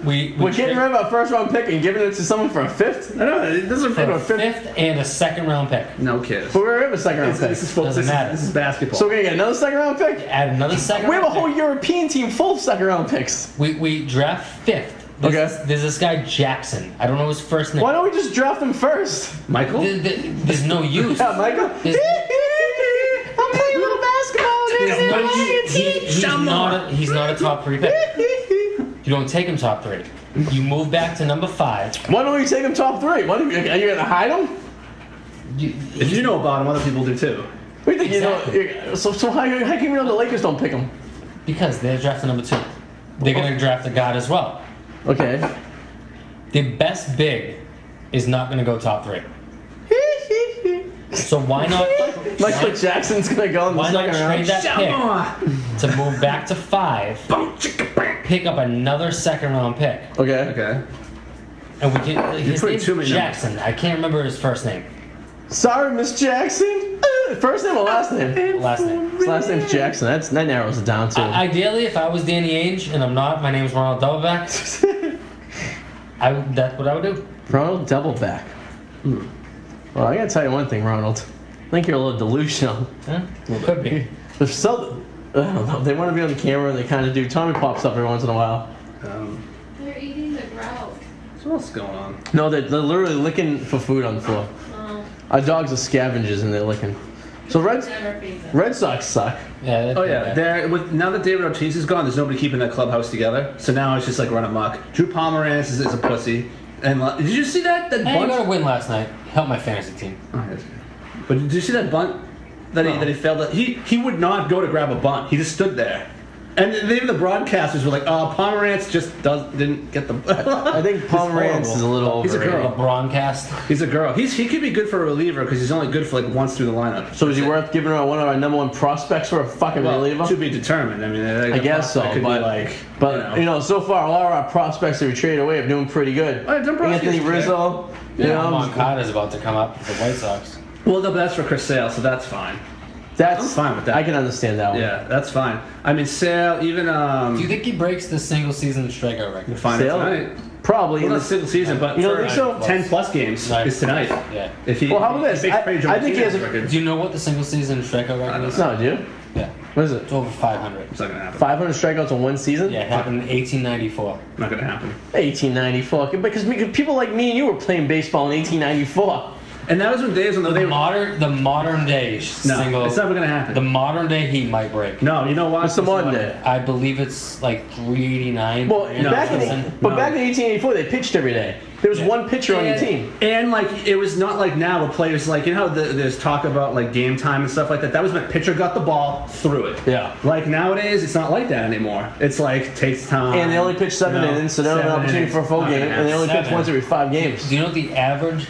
Speaker 5: We, we
Speaker 3: We're getting rid of our first round pick and giving it to someone for a fifth? I know, it doesn't fit
Speaker 5: for
Speaker 3: a
Speaker 5: a
Speaker 3: fifth.
Speaker 5: fifth and a second round pick.
Speaker 4: No kidding.
Speaker 3: But we're in a second round
Speaker 4: This,
Speaker 3: pick.
Speaker 4: this is, fo-
Speaker 5: Doesn't
Speaker 4: this,
Speaker 5: matter.
Speaker 4: is, this is basketball.
Speaker 3: so we're gonna get another second round pick?
Speaker 5: Add another second.
Speaker 3: We have a
Speaker 5: round
Speaker 3: whole
Speaker 5: pick.
Speaker 3: European team full of second round picks.
Speaker 5: We, we draft fifth. There's,
Speaker 3: Okay.
Speaker 5: this- There's this guy Jackson. I don't know his first name.
Speaker 3: Why don't we just draft them first?
Speaker 4: Michael?
Speaker 5: Th- th- There's no use.
Speaker 3: Yeah, Michael. I'm playing
Speaker 5: There's-
Speaker 3: a little basketball
Speaker 5: There's
Speaker 3: against
Speaker 5: no-
Speaker 3: Atlanta
Speaker 5: he-
Speaker 3: team.
Speaker 5: he's, not a, he's not a top three pick. You don't take him top three. You move back to number five.
Speaker 3: Why don't we take him top three? Why don't you, are you gonna hide him?
Speaker 5: You,
Speaker 4: if you know about him, other people do too.
Speaker 3: We think
Speaker 5: Exactly.
Speaker 3: you know. So, so how, how can we know the Lakers don't pick him?
Speaker 5: because they're drafting number two. They're going to draft a guard as well.
Speaker 3: Okay.
Speaker 5: The best big is not going to go top three. So why not?
Speaker 3: Michael Jackson's gonna go in the
Speaker 5: Why not
Speaker 3: second
Speaker 5: trade
Speaker 3: round.
Speaker 5: that pick
Speaker 4: Shamoa!
Speaker 5: to move back to five,
Speaker 4: Boom, chicka, bang.
Speaker 5: pick up another second round pick,
Speaker 3: Okay.
Speaker 4: Okay.
Speaker 5: and we can. His
Speaker 4: put
Speaker 5: name's
Speaker 4: too many numbers.
Speaker 5: Jackson. I can't remember his first name.
Speaker 3: Sorry, Miss Jackson. Uh, First name or last name?
Speaker 5: Last name.
Speaker 3: His last name's Jackson. That's that narrows it down to.
Speaker 5: I- ideally, if I was Danny Ainge, and I'm not, my name's Ronald Doubleback. I would- that's what I would do.
Speaker 3: Ronald Doubleback. Well, I gotta tell you one thing, Ronald. I think you're a little delusional.
Speaker 5: Huh? Could be.
Speaker 3: They're so, I don't know. They want to be on camera. and They kind of do Tommy pops up every once in a while.
Speaker 4: Um,
Speaker 6: They're eating the grout.
Speaker 4: so what else is going on?
Speaker 3: No, they're, they're literally looking for food on the floor.
Speaker 6: Oh,
Speaker 3: Our dogs are scavengers and they're looking. So Red
Speaker 6: never feed them.
Speaker 3: Red Sox suck.
Speaker 5: Yeah. that'd
Speaker 4: Oh
Speaker 5: be
Speaker 4: yeah,
Speaker 5: bad.
Speaker 4: there. With now that David Ortiz is gone, there's nobody keeping that clubhouse together. So now it's just like run amok. Drew Pomeranz is, is a pussy. And la- did you see that that
Speaker 5: Hey, I
Speaker 4: bunt?
Speaker 5: got a win last night. Help my fantasy team.
Speaker 4: Oh, yes. But did you see that bunt that he that he failed? At? He he would not go to grab a bunt. He just stood there. And then even the broadcasters were like, "Oh, Pomerantz just does didn't get the."
Speaker 3: I think Pomerantz is a little
Speaker 4: He's a
Speaker 3: overrated.
Speaker 4: girl.
Speaker 5: LeBron cast.
Speaker 4: He's a girl. He's he could be good for a reliever because he's only good for like once through the lineup.
Speaker 3: So is he worth giving our one of our number one prospects for a fucking
Speaker 4: well,
Speaker 3: reliever?
Speaker 4: to be determined. I mean, I,
Speaker 3: I guess so,
Speaker 4: Could be
Speaker 3: but-
Speaker 4: like,
Speaker 3: But you know. so far, a lot of our prospects that we traded away have doing pretty good.
Speaker 4: Oh, yeah, Dombrowski's
Speaker 3: Anthony
Speaker 4: good.
Speaker 3: Rizzo, you know,
Speaker 5: Moncada's about to come up for the White Sox.
Speaker 4: well, no, but that's for Chris Sale, so that's fine.
Speaker 3: that's
Speaker 4: I'm fine with that.
Speaker 3: I can understand that one.
Speaker 4: Yeah, that's fine. I mean, Sale even um.
Speaker 5: Do you think he breaks the single season strikeout record?
Speaker 4: fine
Speaker 3: Sale?
Speaker 4: tonight?
Speaker 3: Probably. in
Speaker 4: Well, not
Speaker 3: the-
Speaker 4: single season, but
Speaker 3: You don't
Speaker 4: for,
Speaker 3: think so?
Speaker 4: uh, ten plus games
Speaker 5: Right.
Speaker 4: is tonight.
Speaker 5: Yeah.
Speaker 4: If he,
Speaker 3: Well, how about
Speaker 4: he
Speaker 3: this?
Speaker 4: makes
Speaker 3: I-
Speaker 4: Pedro
Speaker 3: I think he
Speaker 4: Martinez
Speaker 3: has a-
Speaker 4: record.
Speaker 5: Do you know what the single season strikeout record is?
Speaker 3: no, dude.
Speaker 5: Yeah.
Speaker 3: What is it?
Speaker 5: It's over 500.
Speaker 4: It's not gonna happen.
Speaker 3: 500 strikeouts in one season?
Speaker 5: Yeah, it happened in 1894.
Speaker 4: Not gonna happen.
Speaker 3: 1894. Because me- people like me and you were playing baseball in 1894.
Speaker 4: And that was when days when
Speaker 5: The
Speaker 4: they were.
Speaker 5: modern, the modern day sh-
Speaker 4: No,
Speaker 5: single.
Speaker 4: it's never gonna
Speaker 5: the
Speaker 4: happen.
Speaker 5: modern day he might break.
Speaker 4: no, you know why?
Speaker 3: What's the modern day?
Speaker 5: I believe it's like 389.
Speaker 3: Well,
Speaker 5: No,
Speaker 3: back in,
Speaker 5: something.
Speaker 3: but
Speaker 4: no.
Speaker 3: back in 1884, they pitched every day. There was
Speaker 5: Yeah.
Speaker 3: one pitcher on your
Speaker 4: And-
Speaker 3: team.
Speaker 4: And like it was not like now where players like you know how the, there's talk about like game time and stuff like that. That was when pitcher got the ball, threw it.
Speaker 3: Yeah.
Speaker 4: Like nowadays, it's not like that anymore. It's like takes time.
Speaker 3: And they only pitch seven
Speaker 4: you know,
Speaker 3: innings, so they don't have an
Speaker 4: seven
Speaker 3: opportunity
Speaker 4: innings.
Speaker 3: for a full
Speaker 4: Not
Speaker 3: game.
Speaker 4: gonna
Speaker 3: And they only pitch
Speaker 5: Seven.
Speaker 3: once every five games.
Speaker 5: Do you know the average?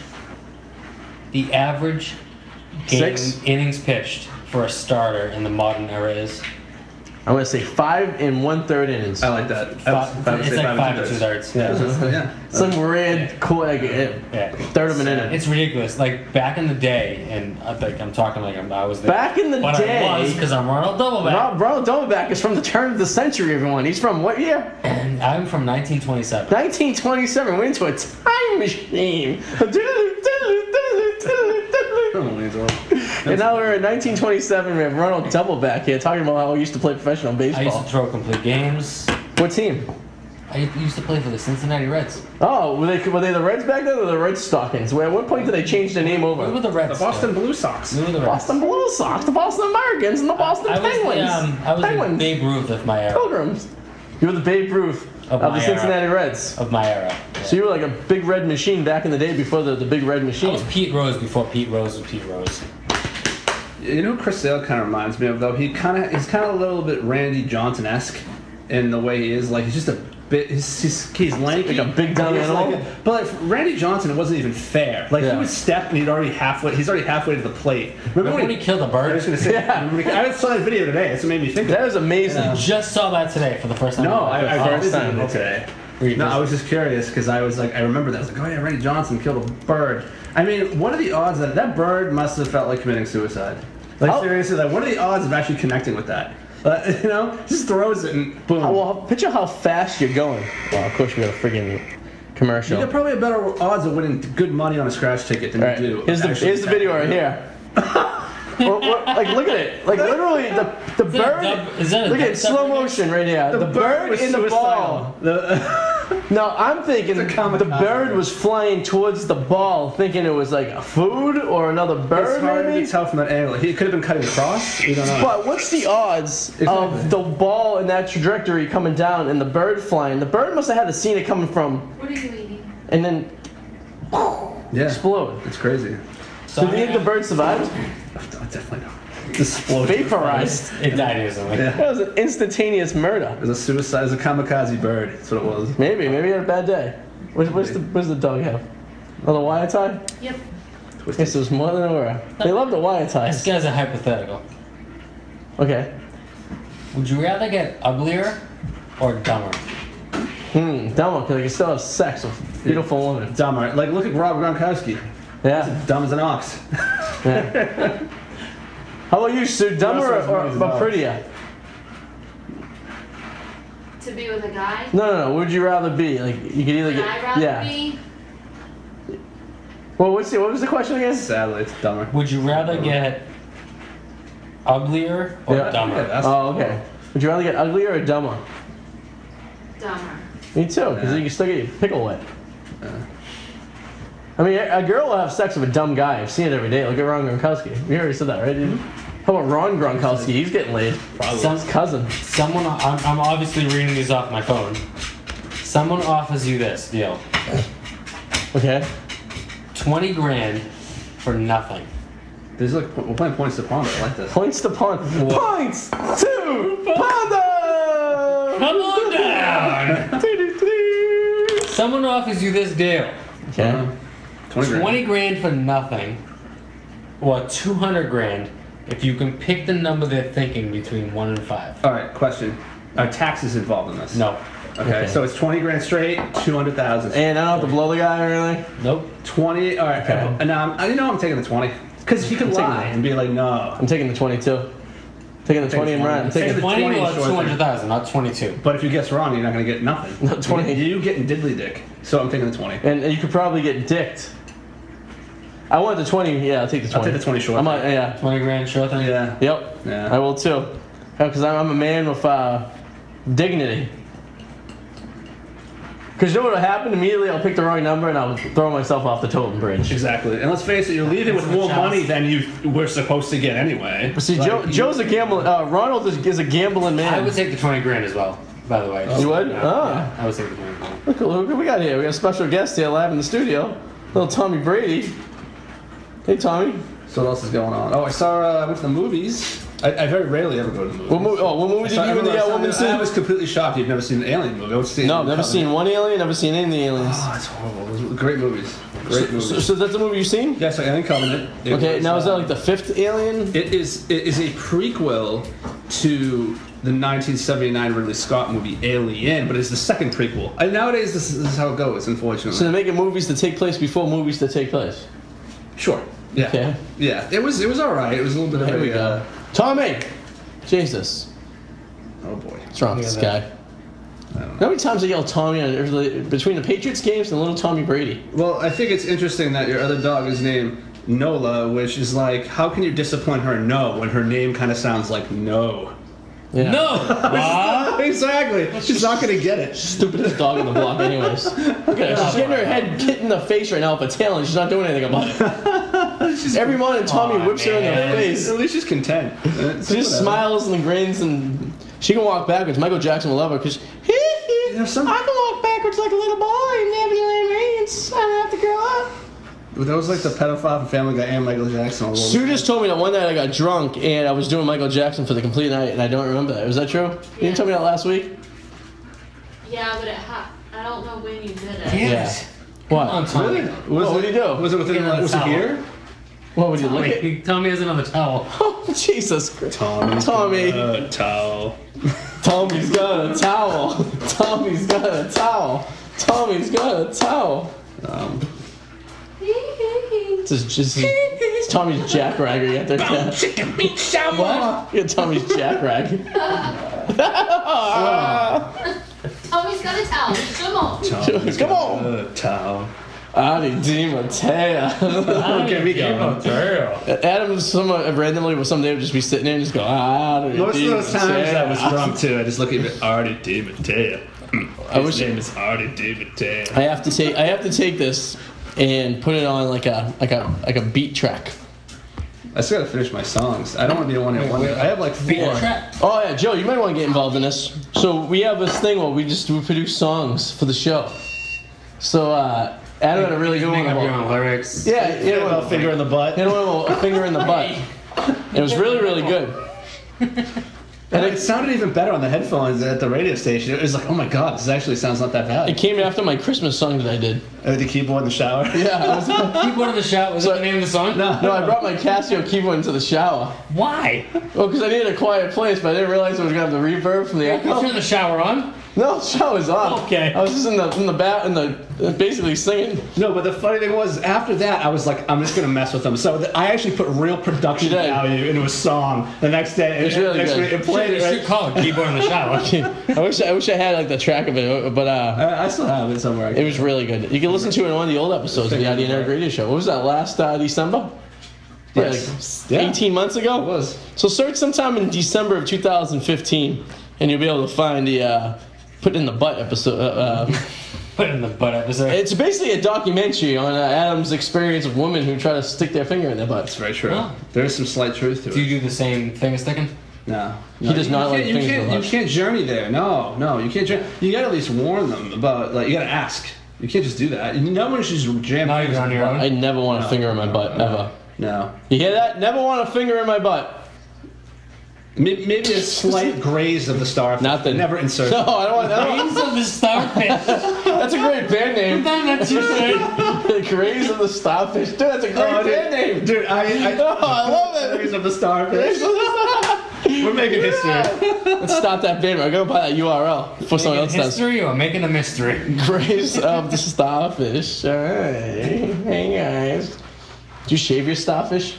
Speaker 5: The average game
Speaker 3: Six?
Speaker 5: innings pitched for a starter in the modern era is
Speaker 3: I'm going to say five and one third innings.
Speaker 4: I like that. I was-
Speaker 5: Five-
Speaker 4: I would
Speaker 5: it's
Speaker 4: say
Speaker 5: like five
Speaker 4: and
Speaker 5: and two-thirds.
Speaker 4: Yeah. yeah.
Speaker 3: Some red cool like, eh,
Speaker 5: Yeah.
Speaker 3: third of an inning.
Speaker 5: It's ridiculous. Like back in the day, and I think I'm talking like I'm, I was there.
Speaker 3: Back in the
Speaker 5: but
Speaker 3: day,
Speaker 5: I was because I'm Ronald Doubleback.
Speaker 3: Rob, Ronald Domaback is from the turn of the century, everyone. He's from what year?
Speaker 5: And I'm from 1927.
Speaker 3: 1927. We're into a time machine. And now we're in 1927. We have Ronald Doubleback here talking about how he used to play professional
Speaker 5: I used
Speaker 3: baseball.
Speaker 5: to throw complete games.
Speaker 3: What team?
Speaker 5: I used to play for the Cincinnati Reds.
Speaker 3: Oh, were they were they the Reds back then or the Red Stockings? Where at what point did they change the name
Speaker 5: We were
Speaker 3: over?
Speaker 5: the
Speaker 4: The
Speaker 5: Reds.
Speaker 4: Boston
Speaker 5: though.
Speaker 4: Blue Sox.
Speaker 5: We were the Reds.
Speaker 3: Boston Blue Sox, the Boston Americans, and the Boston
Speaker 5: I was
Speaker 3: Penguins.
Speaker 5: The, um, I was
Speaker 3: Penguins. Oh.
Speaker 5: the Babe Ruth of my uh, era.
Speaker 3: Pilgrims. You were the Babe Ruth of,
Speaker 5: Of
Speaker 3: the
Speaker 5: my
Speaker 3: Cincinnati Reds.
Speaker 5: Of my era.
Speaker 3: So you were like a big red machine back in the day before the, the big red
Speaker 5: I
Speaker 3: machine.
Speaker 5: was Pete Rose before Pete Rose was Pete Rose.
Speaker 4: You know, who Chris Sale kind of reminds me of though. He kind of he's kind of a little bit Randy Johnson esque in the way he is. Like he's just a bit. He's he's, he's lanky,
Speaker 3: Like a big dumb
Speaker 4: He's
Speaker 3: animal?
Speaker 4: like a- but like, Randy Johnson, it wasn't even fair. Like
Speaker 3: Yeah.
Speaker 4: he would step and he'd already halfway. He's already halfway to the plate. Remember
Speaker 5: Remember when he killed a
Speaker 4: I
Speaker 5: bird?
Speaker 4: was gonna say.
Speaker 3: Yeah.
Speaker 4: remember when he- I saw that video today. That's what made me think. of
Speaker 3: That
Speaker 4: it.
Speaker 3: was amazing.
Speaker 5: Just saw that today for the first time.
Speaker 4: uh,
Speaker 5: Oh,
Speaker 4: No, I, I
Speaker 3: Oh, First
Speaker 4: visited
Speaker 3: time.
Speaker 4: it today.
Speaker 5: Were you
Speaker 4: No, I
Speaker 5: visiting?
Speaker 4: was just curious because I was like, I remember that. I was like, oh yeah, Randy Johnson killed a bird. I mean, what are the odds that that bird must have felt like committing suicide? Like
Speaker 3: How-
Speaker 4: seriously, like what are the odds of actually connecting with that? Uh, you know, just throws it and boom.
Speaker 3: Oh, well, picture how fast you're going. Well, of course, we got a friggin' commercial.
Speaker 4: you got probably a better odds of winning good money on a scratch ticket than
Speaker 3: All right,
Speaker 4: you do.
Speaker 3: here's the,
Speaker 4: actually
Speaker 3: here's the video right here. Or- or- like, look at it. Like, literally, the, the
Speaker 5: that a
Speaker 3: bird.
Speaker 5: dub- is that a
Speaker 3: look at
Speaker 5: dub
Speaker 3: it, slow
Speaker 5: sub right there?
Speaker 3: motion right here. The, bird
Speaker 4: was
Speaker 3: in the
Speaker 4: suicidal.
Speaker 3: ball.
Speaker 4: The-
Speaker 3: No, I'm thinking
Speaker 4: It's a kamikaze.
Speaker 3: the bird was flying towards the ball, thinking it was like food or another bird.
Speaker 4: it's hard
Speaker 3: maybe?
Speaker 4: to tell from that angle. He could have been cutting across. We don't know.
Speaker 3: But what's the odds
Speaker 4: Exactly.
Speaker 3: of the ball in that trajectory coming down and the bird flying? The bird must have had to seen it coming from
Speaker 6: What are you eating?
Speaker 3: and then
Speaker 4: yeah,
Speaker 3: explode.
Speaker 4: It's crazy.
Speaker 5: So
Speaker 3: Do you
Speaker 5: I'm
Speaker 3: think the
Speaker 5: gonna-
Speaker 3: bird survived?
Speaker 4: I definitely don't. Exploded.
Speaker 3: Vaporized.
Speaker 5: It died instantly.
Speaker 4: Yeah.
Speaker 3: That was an instantaneous murder.
Speaker 4: It was a suicide. It was a kamikaze bird. That's what it was.
Speaker 3: Maybe, maybe he had a bad day. What, what's the what's the dog have? Another wire tie?
Speaker 6: Yep.
Speaker 3: Yes, it was more than a wire. They love the wire
Speaker 5: This
Speaker 3: ties.
Speaker 5: guy's a hypothetical.
Speaker 3: Okay.
Speaker 5: Would you rather get uglier or dumber?
Speaker 3: Hmm. Dumb. Because I can still have sex with beautiful woman.
Speaker 4: Dumb, right? Like, look at Rob Gronkowski.
Speaker 3: Yeah.
Speaker 4: Dumb as an ox.
Speaker 3: How about you, Sue? Dumber
Speaker 4: Russell's
Speaker 3: or,
Speaker 4: noise is
Speaker 3: or
Speaker 4: off.
Speaker 3: prettier?
Speaker 6: To be with a guy?
Speaker 3: No, no, no. Would you rather be like you could either
Speaker 6: Would
Speaker 3: get
Speaker 6: I rather
Speaker 3: yeah.
Speaker 6: be?
Speaker 3: Well, what's the, what was the question again?
Speaker 4: Sadly, it's dumber.
Speaker 5: Would you rather get uglier or
Speaker 3: Yeah.
Speaker 4: Yeah,
Speaker 5: dumber?
Speaker 4: that's-
Speaker 3: Oh, okay. Would you rather get uglier or dumber?
Speaker 6: Dumber.
Speaker 3: Me too, because
Speaker 4: Yeah.
Speaker 3: you can still get your pickle wet. I mean, a a girl will have sex with a dumb guy. I've seen it every day. Look at Ron Gronkowski. We already said that, right? Dude? How about Ron Gronkowski? He's getting laid.
Speaker 5: Some-
Speaker 3: His cousin.
Speaker 5: Someone, I'm, I'm obviously reading these off my phone. Someone offers you this deal
Speaker 3: Okay.
Speaker 5: 20 grand for nothing.
Speaker 4: There's like we're playing points to ponder. I like this.
Speaker 3: Points to pawn. Points to Panda!
Speaker 5: Come on down! Someone offers you this deal
Speaker 3: Okay.
Speaker 4: Uh-huh. Uh, Twenty grand.
Speaker 5: 20 grand for nothing, or 200 grand if you can pick the number they're thinking between 1 and 5.
Speaker 4: All right. Question: Are taxes involved in this?
Speaker 5: No.
Speaker 4: Okay. So it's twenty grand straight, two hundred thousand.
Speaker 3: And I don't have to blow the guy or anything.
Speaker 5: Nope.
Speaker 4: Twenty. All right.
Speaker 3: Okay.
Speaker 4: And now I'm, you know I'm taking the twenty because he could
Speaker 3: taking
Speaker 4: lie
Speaker 3: it.
Speaker 4: and be like, no.
Speaker 3: I'm taking the 22. Taking the 20 and run. I'm taking
Speaker 4: Take
Speaker 3: the
Speaker 4: the
Speaker 5: 20
Speaker 4: 20
Speaker 5: or
Speaker 4: short thing.
Speaker 5: 200,000, not 22.
Speaker 4: But if you guess wrong, you're not gonna get nothing.
Speaker 3: No, 20.
Speaker 4: You you getting diddly dick. So I'm taking the twenty.
Speaker 3: And you could probably get dicked. I want the 20. Yeah, I'll take the 20.
Speaker 4: I'll take the 20 short.
Speaker 3: I'm a, yeah.
Speaker 5: 20 grand sure thing.
Speaker 4: Yeah.
Speaker 3: Yep.
Speaker 4: Yeah.
Speaker 3: I will too. Because I'm, I'm a man with uh, dignity. Because you know what will happen? Immediately I'll pick the wrong number and I'll throw myself off the totem bridge.
Speaker 4: Exactly. And let's face it, you're leaving with more money than you were supposed to get anyway.
Speaker 3: But see,
Speaker 4: Like,
Speaker 3: Joe,
Speaker 4: you-
Speaker 3: Joe's a gambling. Uh, Ronald is, is a gambling man.
Speaker 5: I would take the 20 grand as well, by the way.
Speaker 3: you would?
Speaker 5: Yeah,
Speaker 3: Ah.
Speaker 5: yeah, I would take the 20 grand.
Speaker 3: Look who who we got here. We got a special guest here live in the studio. Little Tommy Brady. Hey, Tommy.
Speaker 4: So what else is going on? Oh, I saw. Uh, I went to the movies. I, I very rarely ever go to the movies.
Speaker 3: What movie, oh, what movie
Speaker 4: So
Speaker 3: did
Speaker 4: I
Speaker 3: you and
Speaker 4: remember
Speaker 3: the
Speaker 4: last
Speaker 3: uh,
Speaker 4: time-
Speaker 3: woman see?
Speaker 4: I was completely shocked. You've never seen an alien movie. I've seen
Speaker 3: No, I've never seen one alien, never seen any of the aliens.
Speaker 4: Oh, it's horrible. Those were great movies. Great movies.
Speaker 3: So, so that's the movie you've seen?
Speaker 4: yeah, so Alien Covenant. It
Speaker 3: Okay,
Speaker 4: was,
Speaker 3: now is that
Speaker 4: uh,
Speaker 3: like the fifth alien?
Speaker 4: It is. It is a prequel to the 1979 Ridley Scott movie Alien, but it's the second prequel. And nowadays, this is, this is how it goes. Unfortunately.
Speaker 3: So they're making movies that take place before movies that take place.
Speaker 4: sure. Yeah.
Speaker 3: Okay.
Speaker 4: Yeah. It was. It was all right. It was a little bit
Speaker 3: There
Speaker 4: of a.
Speaker 3: we go.
Speaker 4: uh,
Speaker 3: Tommy! Jesus.
Speaker 4: oh boy.
Speaker 3: What's wrong with this
Speaker 5: Look
Speaker 3: guy?
Speaker 5: at
Speaker 4: I don't
Speaker 3: How many times I yell Tommy on every- between the Patriots games and little Tommy Brady?
Speaker 4: Well, I think it's interesting that your other dog is named Nola, which is like, how can you disappoint her no when her name kind of sounds like no?
Speaker 3: Yeah.
Speaker 5: No! Ah.
Speaker 4: Exactly. She's not gonna get it.
Speaker 3: Stupidest dog on the block, anyways. Look at her. She's getting her head hit in the face right now with a tail, and she's not doing anything about it. Every morning, Tommy
Speaker 5: Aw,
Speaker 3: whips her in
Speaker 5: man.
Speaker 3: the face.
Speaker 4: At least she's content.
Speaker 3: She just smiles and grins, and she can walk backwards. Michael Jackson will love her because
Speaker 4: There's some-
Speaker 3: I can walk backwards like a little boy and Neverland Reigns. I don't have to grow up.
Speaker 4: That was like the pedophile from Family Guy and Michael Jackson. All
Speaker 3: Sue
Speaker 4: over.
Speaker 3: just told me that one night I got drunk and I was doing Michael Jackson for the complete night, and I don't remember that. Was that true? You
Speaker 6: Yeah.
Speaker 3: didn't tell me that last week.
Speaker 6: Yeah, but it ha- I don't know when you did it.
Speaker 5: Damn
Speaker 3: Yeah.
Speaker 5: it.
Speaker 3: What?
Speaker 5: Come on, Tommy.
Speaker 4: Really? Was
Speaker 3: Oh,
Speaker 4: it,
Speaker 3: what'd he do?
Speaker 4: Was it within?
Speaker 5: Get on
Speaker 4: Like,
Speaker 5: the
Speaker 4: was it
Speaker 5: towel.
Speaker 4: here?
Speaker 3: What would you look at?
Speaker 5: Wait, Tommy has another towel.
Speaker 3: Oh, Jesus Christ.
Speaker 4: Tommy.
Speaker 3: Tommy.
Speaker 4: Uh, towel.
Speaker 3: Tommy's got a towel. Tommy's got a towel. Tommy's got a towel.
Speaker 4: Um,
Speaker 3: This is just. Tommy's jackragger yet. There,
Speaker 4: Chicken meat shower.
Speaker 3: yeah, Tommy's jackrag.
Speaker 6: Tommy's Oh, got a towel. Come on.
Speaker 3: Come on,
Speaker 4: Uh, towel.
Speaker 3: Adi Di Matteo.
Speaker 4: Don't get me going.
Speaker 3: Adam, some uh, randomly, will someday would just be sitting there and just go, "Ah, Adi
Speaker 4: Most
Speaker 3: Di
Speaker 4: of those times
Speaker 3: Matteo."
Speaker 4: I was drunk too. I just look at it. Artie Di Matteo.
Speaker 3: I wish-
Speaker 4: His name is Artie Di Matteo.
Speaker 3: I have to take I have to take this and put it on like a like a like a beat track.
Speaker 4: I still gotta finish my songs. I don't want to be the one that one. I have like four.
Speaker 3: Oh yeah, Joe, you might want to get involved in this. So we have this thing where we just we produce songs for the show. So uh, Adam had a really good one.
Speaker 5: Make up your
Speaker 3: about-
Speaker 5: own lyrics.
Speaker 3: Yeah, yeah,
Speaker 4: Well,
Speaker 3: well,
Speaker 4: finger in the butt.
Speaker 3: hit one with a finger in the butt. It was really really good.
Speaker 4: And it sounded even better on the headphones at the radio station. It was like, oh my god, this actually sounds not that
Speaker 3: It
Speaker 4: bad.
Speaker 3: came after my Christmas song that I did.
Speaker 4: Uh, the keyboard in the shower.
Speaker 3: Yeah, I was-
Speaker 5: Keyboard of the Shower. Was that the name of the song?
Speaker 3: no, I brought my Casio keyboard into the shower.
Speaker 5: Why?
Speaker 3: Well, because I needed a quiet place, but I didn't realize I was gonna have the reverb from the
Speaker 5: You
Speaker 3: echo.
Speaker 5: turn the shower on.
Speaker 3: No, the show was on.
Speaker 5: Okay.
Speaker 3: I was just in the in the bat in the basically singing.
Speaker 4: No, but the funny thing was, after that, I was like, I'm just gonna mess with them. So th- I actually put real production
Speaker 3: You did.
Speaker 4: value into a song the next day. and
Speaker 3: It's really
Speaker 4: next
Speaker 3: good.
Speaker 4: week it
Speaker 5: Play
Speaker 4: played
Speaker 5: you
Speaker 4: it.
Speaker 5: should
Speaker 4: right?
Speaker 5: call it Keyboard in the Shower.
Speaker 3: I wish I wish I had like the track of it, but uh,
Speaker 4: I I still have it somewhere.
Speaker 3: it was really good. You can listen to it in one of the old episodes of the Audio Network Radio Show. What was that last uh, December? Yeah,
Speaker 4: Yes.
Speaker 3: like
Speaker 4: Yeah.
Speaker 3: 18 months ago.
Speaker 4: It was.
Speaker 3: So search sometime in December of 2015, and you'll be able to find the uh, "Put in the Butt" episode. Uh, uh,
Speaker 5: Put it in the butt episode.
Speaker 3: it's basically a documentary on uh, Adam's experience of women who try to stick their finger in their butts.
Speaker 4: That's very true.
Speaker 5: Oh.
Speaker 4: There is some slight truth to
Speaker 5: do
Speaker 4: it.
Speaker 5: you do the same thing as sticking?
Speaker 4: no.
Speaker 3: He does not
Speaker 4: you
Speaker 3: like
Speaker 4: can't, you
Speaker 3: things
Speaker 4: can't,
Speaker 3: to
Speaker 4: you
Speaker 3: watch.
Speaker 4: can't journey there. No, no, you can't journey. You gotta at least warn them about, like, you gotta ask. You can't just do that. No one should just jam.
Speaker 5: Not even on your own.
Speaker 3: I never want a finger in my butt ever.
Speaker 4: No.
Speaker 3: You hear that? Never want a finger in my butt.
Speaker 4: May- Maybe a slight graze of the starfish.
Speaker 3: Nothing.
Speaker 4: Never insert.
Speaker 3: No, I don't want that.
Speaker 5: Brains of the starfish.
Speaker 3: That's a great band name.
Speaker 5: That's your
Speaker 3: The Grays of the Starfish. Dude, that's a great
Speaker 4: Oh,
Speaker 3: band name.
Speaker 4: dude, dude, I, I,
Speaker 3: Oh, I love it.
Speaker 4: Graze of the starfish. We're making history.
Speaker 3: Let's stop that band. I'm going to buy that URL before someone else does.
Speaker 5: History or making a mystery?
Speaker 3: Grays of the Starfish. All right. Hey, guys. Do you shave your starfish?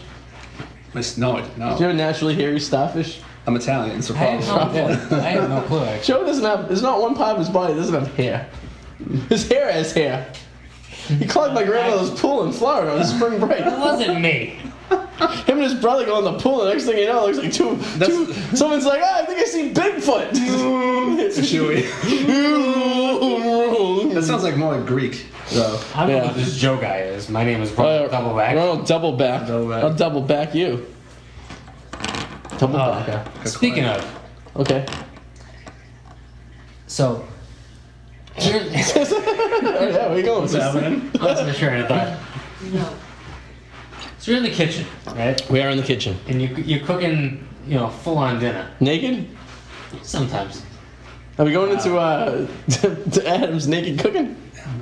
Speaker 4: Miss- No, I-
Speaker 3: Do you
Speaker 4: no.
Speaker 3: have a naturally hairy starfish?
Speaker 4: I'm Italian,
Speaker 3: Oh.
Speaker 4: so
Speaker 5: I have
Speaker 4: probably.
Speaker 5: no clue. I have no clue. actually.
Speaker 3: Joe doesn't have, there's not one part of his body that doesn't have hair. His hair has hair. He clogged my grandmother's pool in Florida on spring break.
Speaker 5: It wasn't me.
Speaker 3: Him and his brother go in the pool, and the next thing you know, it looks like two. two someone's like, oh, I think I see Bigfoot.
Speaker 4: Chewy. That sounds like more like Greek, though.
Speaker 5: I don't know
Speaker 3: Yeah.
Speaker 5: who this Joe guy is. My name is
Speaker 3: Uh,
Speaker 5: Ronald Doubleback.
Speaker 3: Ronald double back.
Speaker 4: Double back.
Speaker 3: I'll double back you. Double
Speaker 5: Uh,
Speaker 3: back. uh,
Speaker 5: Speaking of,
Speaker 3: Okay.
Speaker 5: so. Here's
Speaker 3: Oh, yeah, where you going with this?
Speaker 5: lost my train of thought.
Speaker 6: No.
Speaker 5: So you're in the kitchen, right?
Speaker 3: We are in the kitchen.
Speaker 5: And you you're cooking, you know, full on dinner.
Speaker 3: Naked?
Speaker 5: Sometimes.
Speaker 3: Are we going into uh, to, to Adam's naked cooking?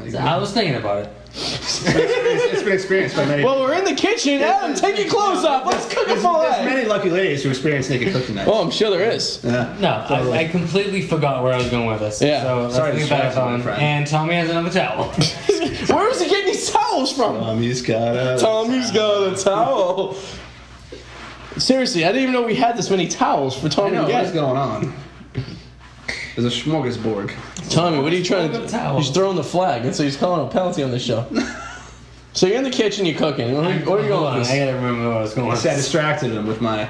Speaker 5: So I was thinking about it.
Speaker 4: It's, it's been experienced by many.
Speaker 3: Well, we're in the kitchen. Adam, take your clothes off. Let's cook a
Speaker 4: there's
Speaker 3: fillet.
Speaker 4: many lucky ladies who experience naked cooking nights.
Speaker 3: Oh, I'm sure there is.
Speaker 4: Yeah.
Speaker 5: No, I, I completely forgot where I was going with this.
Speaker 3: Yeah.
Speaker 5: So let's
Speaker 4: Sorry to
Speaker 5: leave that
Speaker 4: distract you, my
Speaker 5: alone.
Speaker 4: friend.
Speaker 5: And Tommy has another towel.
Speaker 3: Where is he getting these towels from?
Speaker 4: Tommy's Um, got uh, a.
Speaker 3: Tommy's got a towel. Seriously, I didn't even know we had this many towels for
Speaker 4: I
Speaker 3: Tommy.
Speaker 4: know
Speaker 3: to
Speaker 4: what's
Speaker 3: get.
Speaker 4: going on. There's a smorgasbord.
Speaker 3: Tommy, what are you trying to do?
Speaker 5: What's going on with
Speaker 3: He's throwing the flag, and so he's calling a penalty on the show. so you're in the kitchen, you're cooking. What are you, what are you
Speaker 5: Hold on,
Speaker 3: going with
Speaker 5: I
Speaker 3: this?
Speaker 5: gotta remember where I was going with
Speaker 4: See, I
Speaker 5: this.
Speaker 4: distracted him with my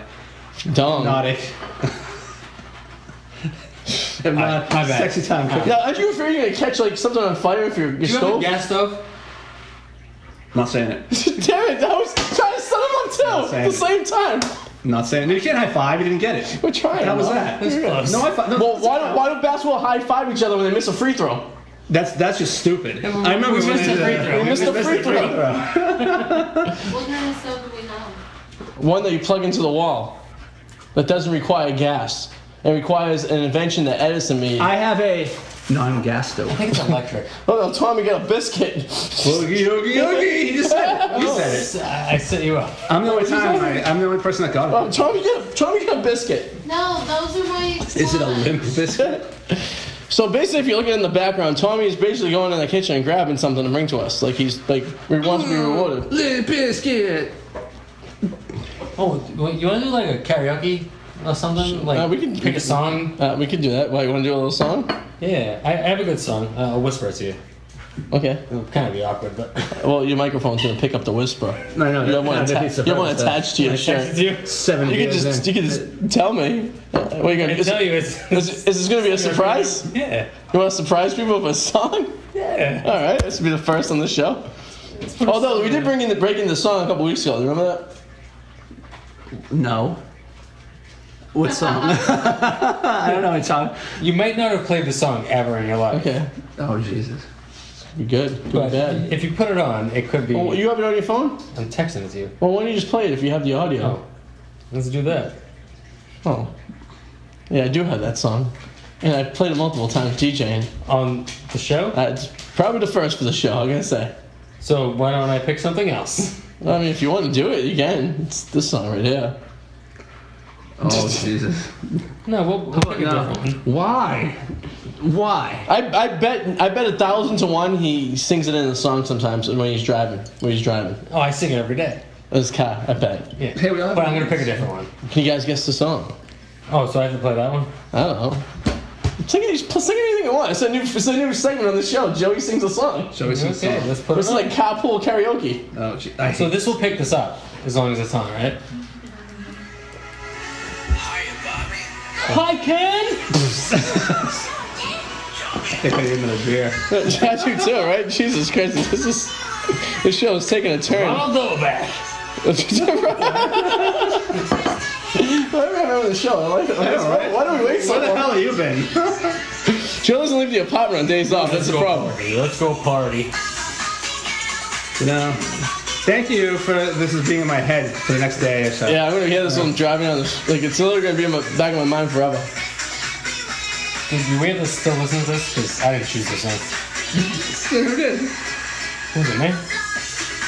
Speaker 3: Dumb.
Speaker 4: hypnotic.
Speaker 5: my
Speaker 4: hypnotic
Speaker 5: bad.
Speaker 4: sexy time cooking.
Speaker 3: Yeah, aren't you afraid you're gonna catch like something on fire if your your
Speaker 5: Do you have a
Speaker 3: stove?
Speaker 5: gas stove?
Speaker 4: Not saying it.
Speaker 3: Damn it! I was trying to set him up too at the same time.
Speaker 4: Not saying it. You can't high five. You didn't get it.
Speaker 3: We're trying.
Speaker 4: How was
Speaker 3: huh?
Speaker 4: that?
Speaker 5: That's close.
Speaker 4: No high five. No,
Speaker 3: Well, why do why do basketball high five each other when they miss a free throw?
Speaker 4: That's that's just stupid.
Speaker 5: we-
Speaker 4: I remember
Speaker 5: we
Speaker 4: when
Speaker 5: missed
Speaker 4: they
Speaker 5: the
Speaker 4: did
Speaker 5: free
Speaker 4: that.
Speaker 5: throw. We
Speaker 3: missed the free throw.
Speaker 6: What kind of soap do we have?
Speaker 3: One that you plug into the wall that doesn't require gas. It requires an invention that Edison made.
Speaker 4: I have a non-gas
Speaker 5: I
Speaker 4: stove.
Speaker 5: think it's electric.
Speaker 3: oh, no, Tommy got a biscuit.
Speaker 4: Oogie, oogie, oogie. He just said it. He said it.
Speaker 5: S- I I set Oh. you up.
Speaker 4: I'm the only time. I, I'm the only person that got
Speaker 3: Oh,
Speaker 4: it.
Speaker 3: Tommy got a, Tommy got a biscuit.
Speaker 6: No, those are my.
Speaker 4: Is it a
Speaker 6: slides.
Speaker 4: limp biscuit?
Speaker 3: So basically, if you're looking in the background, Tommy is basically going in the kitchen and grabbing something to bring to us. Like he's like we want to be rewarded.
Speaker 4: Limp biscuit.
Speaker 5: Oh, wait, you want to do like a karaoke or something? Like
Speaker 3: Uh, we can-
Speaker 5: pick a song.
Speaker 3: Uh, we can do that. Why you want to do a little song?
Speaker 5: Yeah, I, I have a good song. Uh, I'll whisper it to you.
Speaker 3: Okay.
Speaker 5: It'll kind of be awkward, but
Speaker 3: Well, your microphone's gonna pick up the whisper.
Speaker 4: No, no,
Speaker 3: You have one,
Speaker 4: no,
Speaker 3: atta-
Speaker 4: that'd be
Speaker 3: you have one
Speaker 4: surprised, uh,
Speaker 3: attached to your shirt. You
Speaker 5: you.
Speaker 4: Seven
Speaker 3: can
Speaker 4: years
Speaker 3: just
Speaker 4: in.
Speaker 3: you can just tell me. Uh, What are you
Speaker 5: I
Speaker 3: gonna
Speaker 5: can tell
Speaker 3: is,
Speaker 5: you it's.
Speaker 3: is, is this gonna be a surprise?
Speaker 5: Yeah.
Speaker 3: You want to surprise people with a song?
Speaker 5: Yeah.
Speaker 3: All right, this will be the first on the show. Although we did bring in the break in the song a couple weeks ago. Remember that?
Speaker 4: No. What song? I don't know what song.
Speaker 5: You might not have played the song ever in your life.
Speaker 3: Okay,
Speaker 4: Oh Jesus.
Speaker 3: you good? Good or
Speaker 5: But
Speaker 3: bad?
Speaker 5: if you put it on, it could be.
Speaker 3: Well, you have it on your phone?
Speaker 5: I'm texting it to you.
Speaker 3: Well, why don't you just play it if you have the audio?
Speaker 5: Oh, let's do that.
Speaker 3: Oh. Yeah, I do have that song. And I played it multiple times DJing.
Speaker 5: On the show?
Speaker 3: Uh, it's probably the first for the show, I'm gonna say.
Speaker 5: So why don't I pick something else?
Speaker 3: I mean, if you want to do it, you can. It's this song right here.
Speaker 4: Oh Jesus.
Speaker 5: No, we'll, we'll pick a
Speaker 4: No.
Speaker 5: different one.
Speaker 4: Why? Why?
Speaker 3: I, I bet I bet a thousand to one he sings it in the song sometimes when he's driving. When he's driving.
Speaker 5: Oh, I sing it every day.
Speaker 3: In his car, I bet.
Speaker 5: Yeah.
Speaker 4: Hey, we all have
Speaker 5: but I'm gonna
Speaker 4: names.
Speaker 5: pick a different one.
Speaker 3: Can you guys guess the song?
Speaker 5: Oh, so I have to play that one?
Speaker 3: I don't know. Sing, any- sing anything you want. It's a new it's a new segment on the show. Joey sings a song.
Speaker 4: Shall we sing
Speaker 5: Okay,
Speaker 4: songs?
Speaker 5: let's put
Speaker 3: This is
Speaker 5: it on.
Speaker 3: like carpool karaoke.
Speaker 4: Oh, gee, I
Speaker 5: so
Speaker 4: hate-
Speaker 5: this will pick this up as long as it's on, right? Hi, Ken.
Speaker 4: I hate him in a beer.
Speaker 3: Yeah, you too, right? Jesus Christ, this is this show is taking a turn.
Speaker 5: I'll go back.
Speaker 3: I remember the show. I like it.
Speaker 4: know, right?
Speaker 3: Why do we wait so
Speaker 4: Where the
Speaker 3: long?
Speaker 4: hell have you been?
Speaker 3: Joe doesn't leave the apartment on days off. That's the
Speaker 5: go
Speaker 3: problem.
Speaker 5: Party. Let's go party.
Speaker 4: you know. Thank you for this is being in my head for the next day or so.
Speaker 3: Yeah, I'm gonna hear this one driving on this. Like it's literally gonna be in my back of my mind forever.
Speaker 5: Did you wait to still listen to this? Because I didn't choose this one.
Speaker 4: Who did?
Speaker 5: Was it me?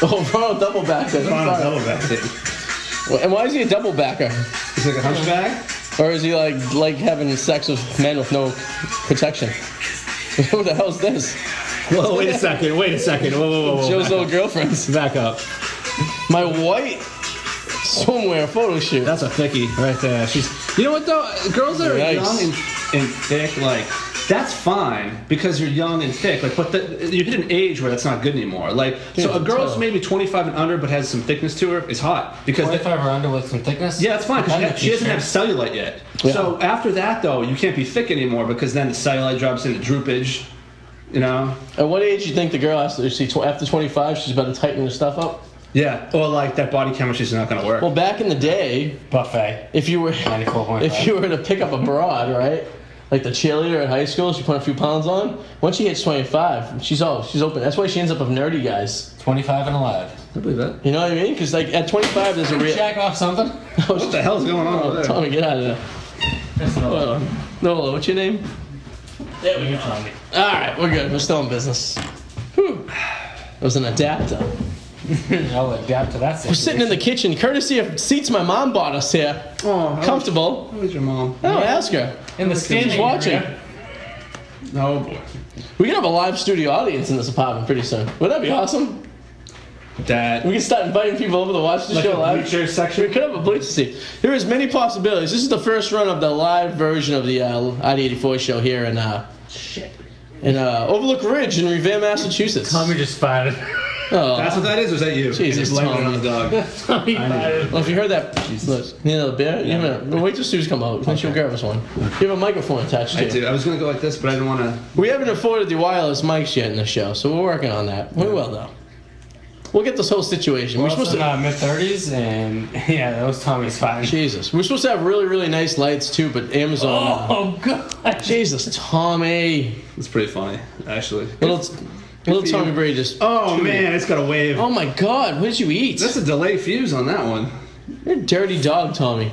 Speaker 3: Oh, bro, double backer. I'm
Speaker 4: Ron
Speaker 3: sorry.
Speaker 4: Zelbeck.
Speaker 3: And why is he a double backer?
Speaker 4: He's like a hunchback.
Speaker 3: Or is he like like having sex with men with no protection? Who the hell's this?
Speaker 4: Whoa, wait a second, wait a second. Whoa, whoa, whoa,
Speaker 3: Joe's old girlfriend's.
Speaker 4: Back up.
Speaker 3: My white swimwear photo shoot.
Speaker 4: That's a thickie right there. She's. You know what though? Girls that are
Speaker 3: Yikes.
Speaker 4: young and, and thick, like that's fine because you're young and thick. Like, but the, you hit an age where that's not good anymore. Like, so a
Speaker 3: it's
Speaker 4: girl's
Speaker 3: tough.
Speaker 4: maybe 25 and under but has some thickness to her is hot because that-
Speaker 5: 25 or under with some thickness?
Speaker 4: yeah, that's fine
Speaker 5: I'm
Speaker 4: because
Speaker 5: not
Speaker 4: she,
Speaker 5: too
Speaker 4: doesn't have
Speaker 5: sure.
Speaker 4: cellulite yet.
Speaker 3: Yeah.
Speaker 4: So after that though, you can't be thick anymore because then the cellulite drops in the droopage. You know.
Speaker 3: At what age do you think the girl has to see tw- after 25? She's about to tighten her stuff up.
Speaker 4: Yeah. Or like that body chemistry's not gonna work.
Speaker 3: Well, back in the day,
Speaker 5: Buffet.
Speaker 3: if you were
Speaker 5: 94.5.
Speaker 3: if you were to pick up a broad, right? Like the cheerleader at high school, she put a few pounds on. Once she hits 25, she's all she's open. That's why she ends up with nerdy guys.
Speaker 5: 25 and alive.
Speaker 4: I believe that.
Speaker 3: You know what I mean? Because like at 25, there's a real.
Speaker 5: Jack off something?
Speaker 4: What the hell's going on over there?
Speaker 3: Tommy, get out of there.
Speaker 5: That's another
Speaker 3: Hold on. Nola, what's your name? There we
Speaker 5: one. You
Speaker 3: go.
Speaker 5: tell me.
Speaker 3: All right, we're good. We're still in business. Whew. It was an adapter.
Speaker 5: I'll adapt to that situation.
Speaker 3: We're sitting in the kitchen, courtesy of seats my mom bought us here.
Speaker 4: Oh, how was-
Speaker 3: Comfortable.
Speaker 4: how was your mom?
Speaker 3: Oh, ask her.
Speaker 5: in the
Speaker 3: She's
Speaker 5: standing
Speaker 3: watching.
Speaker 5: area.
Speaker 4: Oh boy.
Speaker 3: We can have a live studio audience in this apartment pretty soon. Wouldn't that be awesome?
Speaker 4: That.
Speaker 3: We can start inviting people over to watch the
Speaker 4: Like
Speaker 3: show
Speaker 4: a
Speaker 3: live.
Speaker 4: bleacher section?
Speaker 3: We could have a bleacher seat. There is many possibilities. This is the first run of the live version of the uh, ID84 show here in uh, in uh, Overlook Ridge in Revere, Massachusetts.
Speaker 5: Tommy just fired.
Speaker 3: Oh.
Speaker 4: That's what that is. or Was that you?
Speaker 3: Jesus,
Speaker 4: You blamed it on the dog.
Speaker 5: Tommy fired.
Speaker 3: Well, if you heard that, look, need another beer? You have a- well, wait till Sue's come out. Then she'll grab us one. You have a microphone attached to
Speaker 4: I
Speaker 3: you.
Speaker 4: do. I was gonna go like this, but I didn't want to.
Speaker 3: We haven't afforded the wireless mics yet in the show, so we're working on that. We will, though. We'll get this whole situation.
Speaker 5: We're
Speaker 3: we're supposed to.
Speaker 5: uh, mid 30s, and yeah, that was Tommy's firing.
Speaker 3: Jesus. We're supposed to have really, really nice lights, too, but Amazon.
Speaker 5: Oh, God.
Speaker 3: Jesus, Tommy.
Speaker 4: It's pretty funny, actually.
Speaker 3: Little, little
Speaker 4: for you.
Speaker 3: Tommy Brady just.
Speaker 4: Oh man, it's got a wave.
Speaker 3: Oh my god, what did you eat?
Speaker 4: That's a delay fuse on that one.
Speaker 3: You're a dirty dog, Tommy.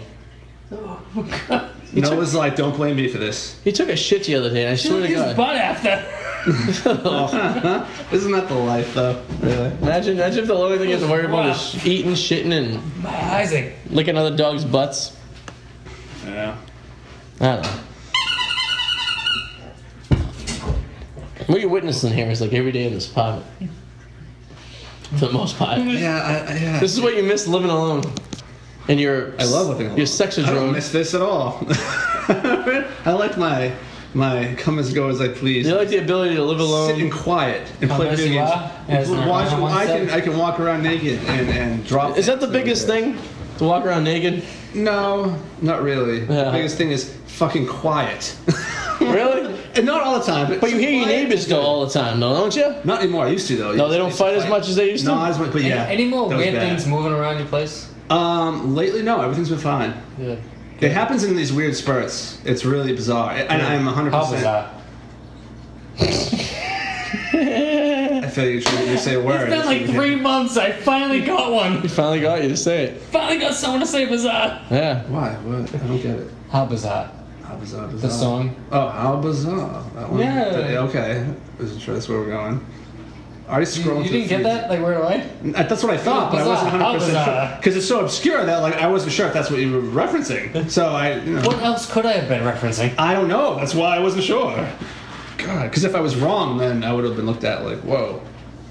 Speaker 5: Oh,
Speaker 4: Noah's like, don't blame me for this.
Speaker 3: He took a shit the other day, and I swear to
Speaker 5: His
Speaker 3: God.
Speaker 5: butt after.
Speaker 4: Isn't that the life, though? Really?
Speaker 3: Imagine, imagine if the only thing you have to worry about
Speaker 5: Wow.
Speaker 3: is eating, shitting, and
Speaker 5: My eyes are
Speaker 3: licking other dogs' butts.
Speaker 4: Yeah.
Speaker 3: I don't know. What you're witnessing here is like every day in this apartment. For the most part.
Speaker 4: Yeah. I, I- yeah.
Speaker 3: This is what you miss living alone. and your
Speaker 4: I love whipping along.
Speaker 3: your sex
Speaker 4: I don't
Speaker 3: drone.
Speaker 4: miss this at all. I like my my come as go as I please.
Speaker 3: You like the ability to live
Speaker 4: Sit in
Speaker 3: alone.
Speaker 4: quiet and play
Speaker 5: Come as you
Speaker 4: video
Speaker 5: are, as
Speaker 4: games. Watch,
Speaker 5: Nirvana once
Speaker 4: I can
Speaker 5: said.
Speaker 4: I can walk around naked and, and drop.
Speaker 3: Is that
Speaker 4: things
Speaker 3: the
Speaker 4: over
Speaker 3: biggest
Speaker 4: there.
Speaker 3: thing? To walk around naked?
Speaker 4: No, not really.
Speaker 3: Yeah.
Speaker 4: The biggest thing is fucking quiet.
Speaker 3: Really?
Speaker 4: and not all the time, but,
Speaker 3: But you hear your
Speaker 4: quiet
Speaker 3: neighbors
Speaker 4: is
Speaker 3: though
Speaker 4: good.
Speaker 3: all the time, though, don't you?
Speaker 4: Not anymore. I used to though.
Speaker 3: No, they don't fight as much as they used to?
Speaker 4: No, as much. But yeah.
Speaker 5: Any more
Speaker 4: that was
Speaker 5: weird
Speaker 4: bad.
Speaker 5: things moving around your place?
Speaker 4: Um, lately, no. Everything's been fine.
Speaker 3: Yeah.
Speaker 4: It happens in these weird spurts. It's really bizarre, and I'm 100.
Speaker 5: How was
Speaker 4: percent
Speaker 5: that?
Speaker 4: I feel you. Should, you say a word.
Speaker 5: It's been like three months. I finally got one.
Speaker 3: We finally got you to say it.
Speaker 5: Finally got someone to say bizarre.
Speaker 3: Yeah.
Speaker 4: Why? What? I don't get it.
Speaker 5: How bizarre?
Speaker 4: How bizarre! bizarre.
Speaker 5: The song.
Speaker 4: Oh, how bizarre! That one.
Speaker 5: Yeah.
Speaker 4: Okay. Isn't sure that's where we're going. I already
Speaker 5: You,
Speaker 4: scrolled.
Speaker 5: you
Speaker 4: through
Speaker 5: didn't get
Speaker 4: feeds.
Speaker 5: that? Like where do I?
Speaker 4: Uh, That's what I thought, but I wasn't
Speaker 5: Bizarre.
Speaker 3: uh,
Speaker 4: 100 percent sure
Speaker 5: Bizarre.
Speaker 4: because it's so obscure that like I wasn't sure if that's what you were referencing. So I, you know,
Speaker 5: What else could I have been referencing?
Speaker 4: I don't know. That's why I wasn't sure. God, because if I was wrong, then I would have been looked at like, whoa.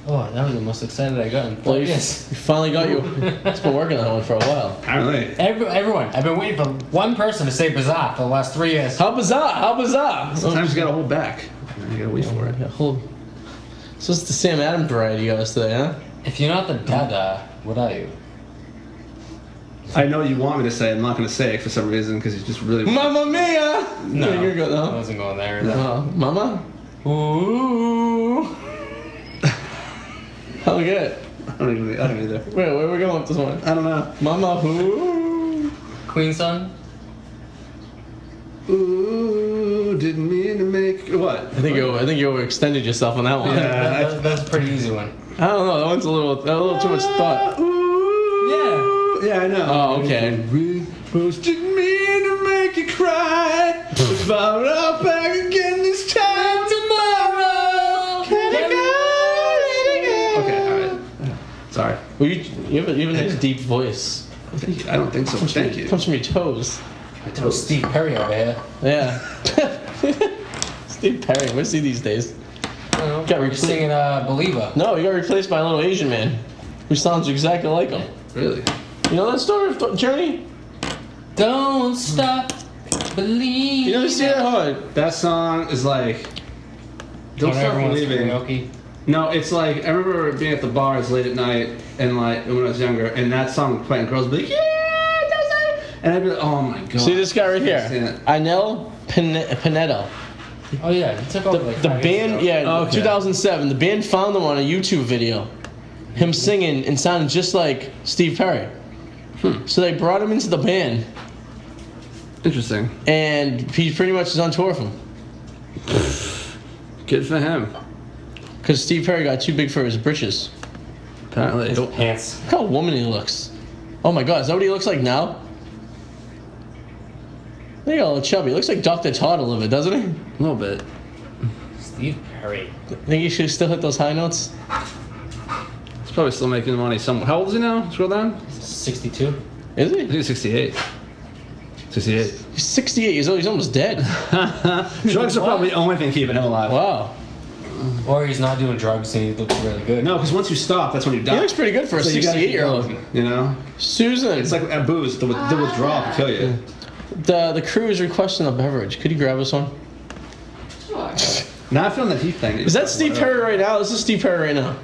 Speaker 5: Oh, that was the most excited I got in four
Speaker 3: Well, you,
Speaker 5: years.
Speaker 3: you finally got you. It's been working on that one for a while.
Speaker 4: Apparently,
Speaker 3: Oh.
Speaker 5: Every, everyone, I've been waiting for one person to say bizarre for the last three years.
Speaker 3: How bizarre! How bizarre!
Speaker 4: sometimes you gotta hold back. You gotta wait for it.
Speaker 3: Yeah, hold. So it's the Sam Adams variety you got us today, huh?
Speaker 5: If you're not the dada, what are you?
Speaker 4: I know you want me to say. it, I'm not gonna say it for some reason because you just really.
Speaker 3: Mamma mia! No, you're good.
Speaker 5: I
Speaker 3: No.
Speaker 5: wasn't going there.
Speaker 3: Uh, mama,
Speaker 5: Ooh.
Speaker 3: how good?
Speaker 4: I don't even. I don't either.
Speaker 3: Wait, where are we going with this one?
Speaker 4: I don't know.
Speaker 3: Mama, who?
Speaker 5: Queen son?
Speaker 4: Ooh, didn't mean to make what?
Speaker 3: I think you I think you overextended yourself on that one.
Speaker 5: That-
Speaker 4: Yeah.
Speaker 5: that- that's a pretty easy one.
Speaker 3: I don't know. That one's a little a little too much thought.
Speaker 4: I- Ooh.
Speaker 5: Yeah.
Speaker 4: Yeah, I know.
Speaker 3: Oh, okay.
Speaker 4: Rose didn't mean to make you cry. if I'm not back again this time tomorrow. Let it go, let it go. Okay, all right. Sorry.
Speaker 3: Well, you you have a, you have a nice deep voice.
Speaker 4: I don't think so. Oh, Thank you.
Speaker 3: Comes from your toes.
Speaker 5: Oh, Steve Perry over here.
Speaker 3: Yeah. Steve Perry, where's he these days?
Speaker 5: I don't know.
Speaker 3: Got
Speaker 5: You're
Speaker 3: recruit-
Speaker 5: singing uh, Believer.
Speaker 3: No, he got replaced by a little Asian man, who sounds exactly like him.
Speaker 4: Really?
Speaker 3: You know that story of Journey?
Speaker 5: Don't stop believing.
Speaker 3: You never see that? Hold on.
Speaker 4: That song is like. Don't
Speaker 5: When
Speaker 4: stop
Speaker 5: everyone's
Speaker 4: believing.
Speaker 5: karaoke.
Speaker 4: No, it's like I remember being at the bars late at night and like when I was younger, and that song would play, and girls would be like, "Yeah, that's it," and I'd be like, "Oh my god!"
Speaker 3: See this guy right here,
Speaker 4: Seen it.
Speaker 3: Anel Pine- Pinedo.
Speaker 5: Oh yeah, he took over like
Speaker 3: The
Speaker 5: five years
Speaker 3: band,
Speaker 5: ago.
Speaker 3: yeah,
Speaker 4: Oh, Okay.
Speaker 3: 2007. The band found them on a YouTube video, him singing and sounding just like Steve Perry.
Speaker 4: Hmm.
Speaker 3: So they brought him into the band,
Speaker 4: Interesting.
Speaker 3: and he pretty much is on tour with him.
Speaker 4: Good for him.
Speaker 3: Because Steve Perry got too big for his britches.
Speaker 4: Apparently.
Speaker 5: Pants.
Speaker 3: Look how woman he looks. Oh my god, is that what he looks like now? Look at all chubby. He looks like Dr. Todd a little bit, doesn't he?
Speaker 4: A little bit.
Speaker 5: Steve Perry.
Speaker 3: Think he should still hit those high notes?
Speaker 4: He's probably still making money somewhere. How old is he now? Scroll down. I
Speaker 5: 62.
Speaker 3: Is he?
Speaker 4: think he's 68. 68.
Speaker 3: He's 68 years old. He's almost dead.
Speaker 4: Drugs are
Speaker 5: What?
Speaker 4: probably the only thing keeping him alive.
Speaker 3: Wow.
Speaker 5: Or he's not doing drugs and he looks really good.
Speaker 4: No, because once you stop, that's when you die.
Speaker 3: He looks pretty good for a
Speaker 4: So you gotta
Speaker 3: 68
Speaker 4: keep
Speaker 3: year old.
Speaker 4: going, You know?
Speaker 3: Susan,
Speaker 4: It's like at booze, the, the
Speaker 5: Ah.
Speaker 4: withdrawal can kill you.
Speaker 3: the the crew is requesting a beverage. Could you grab us one?
Speaker 6: Sure.
Speaker 4: Not feeling that heat thing.
Speaker 3: Is that Steve Perry right now? This is Steve Perry right now.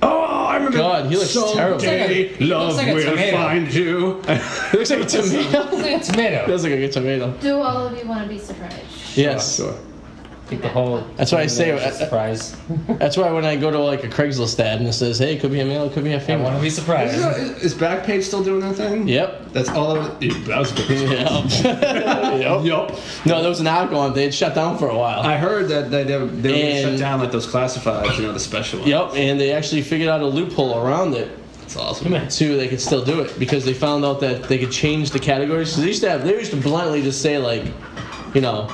Speaker 4: Oh, I remember.
Speaker 3: God, he looks terrible.
Speaker 4: Someday
Speaker 5: Looks like a- looks like a tomato.
Speaker 4: you.
Speaker 3: He looks like a tomato.
Speaker 5: It's like a tomato.
Speaker 3: Does look like a tomato.
Speaker 6: Do all of you want to be surprised?
Speaker 3: Yes.
Speaker 4: sure.
Speaker 5: I think the whole.
Speaker 3: That's why I say-
Speaker 5: It's a surprise.
Speaker 3: That's why when I go to like a Craigslist ad and it says, "Hey, it could be a male, it could be a
Speaker 5: I
Speaker 3: female."
Speaker 5: want to be
Speaker 4: Is,
Speaker 5: surprised.
Speaker 4: is Backpage still doing that thing?
Speaker 3: Yep.
Speaker 4: That's all of it. That was good.
Speaker 3: Yep. yep.
Speaker 4: Yup.
Speaker 3: No, there was an alcohol on. They had shut down for a while.
Speaker 4: I heard that they, they, they were gonna shut
Speaker 3: And-
Speaker 4: down like those classifieds, you know, the special ones.
Speaker 3: Yep, and they actually figured out a loophole around it
Speaker 4: That's awesome.
Speaker 3: too. They could still do it because they found out that they could change the categories. So they used to have, they used to bluntly just say like, you know,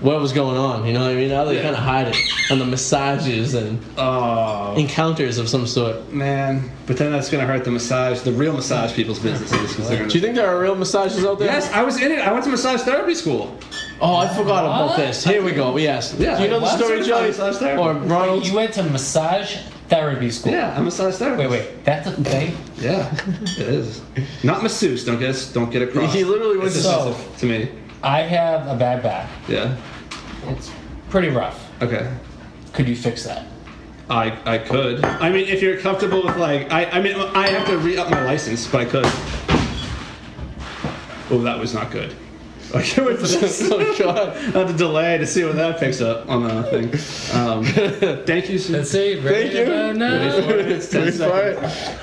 Speaker 3: what was going on. You know what I mean? Now they
Speaker 4: Yeah.
Speaker 3: kind of hide it on the massages and
Speaker 4: Oh
Speaker 3: encounters of some sort.
Speaker 4: man, but then that's gonna hurt the massage, the real massage people's businesses. 'cause they're
Speaker 3: Do you
Speaker 4: gonna-
Speaker 3: think there are real massages out there?
Speaker 4: Yes, I was in it. I went to massage therapy school.
Speaker 3: Oh, I forgot about
Speaker 5: What?
Speaker 3: this. Here we go. Yes.
Speaker 4: Yeah.
Speaker 3: Do you know the
Speaker 4: What?
Speaker 3: story, Joey?
Speaker 4: Massage therapy.
Speaker 3: Or Ronald?
Speaker 5: You went to massage That would be school.
Speaker 4: Yeah, I'm a massage therapist.
Speaker 5: Wait, wait. That's a thing?
Speaker 4: Yeah, it is. Not masseuse. Don't get us. Don't get it crossed.
Speaker 3: He literally went
Speaker 4: It's
Speaker 5: to-
Speaker 4: offensive to me.
Speaker 5: I have a bad back.
Speaker 4: Yeah.
Speaker 5: It's pretty rough.
Speaker 4: Okay.
Speaker 5: Could you fix that?
Speaker 4: I, I could. I mean, if you're comfortable with like, I, I mean, I have to re up my license, but I could. Oh, that was not good. I can't wait for this.
Speaker 3: Oh, God.
Speaker 4: I have to delay to see what that picks up on the thing. Um, thank you. Sue.
Speaker 5: Let's see. Thank
Speaker 3: you.
Speaker 5: Now.
Speaker 4: It's 10 seconds.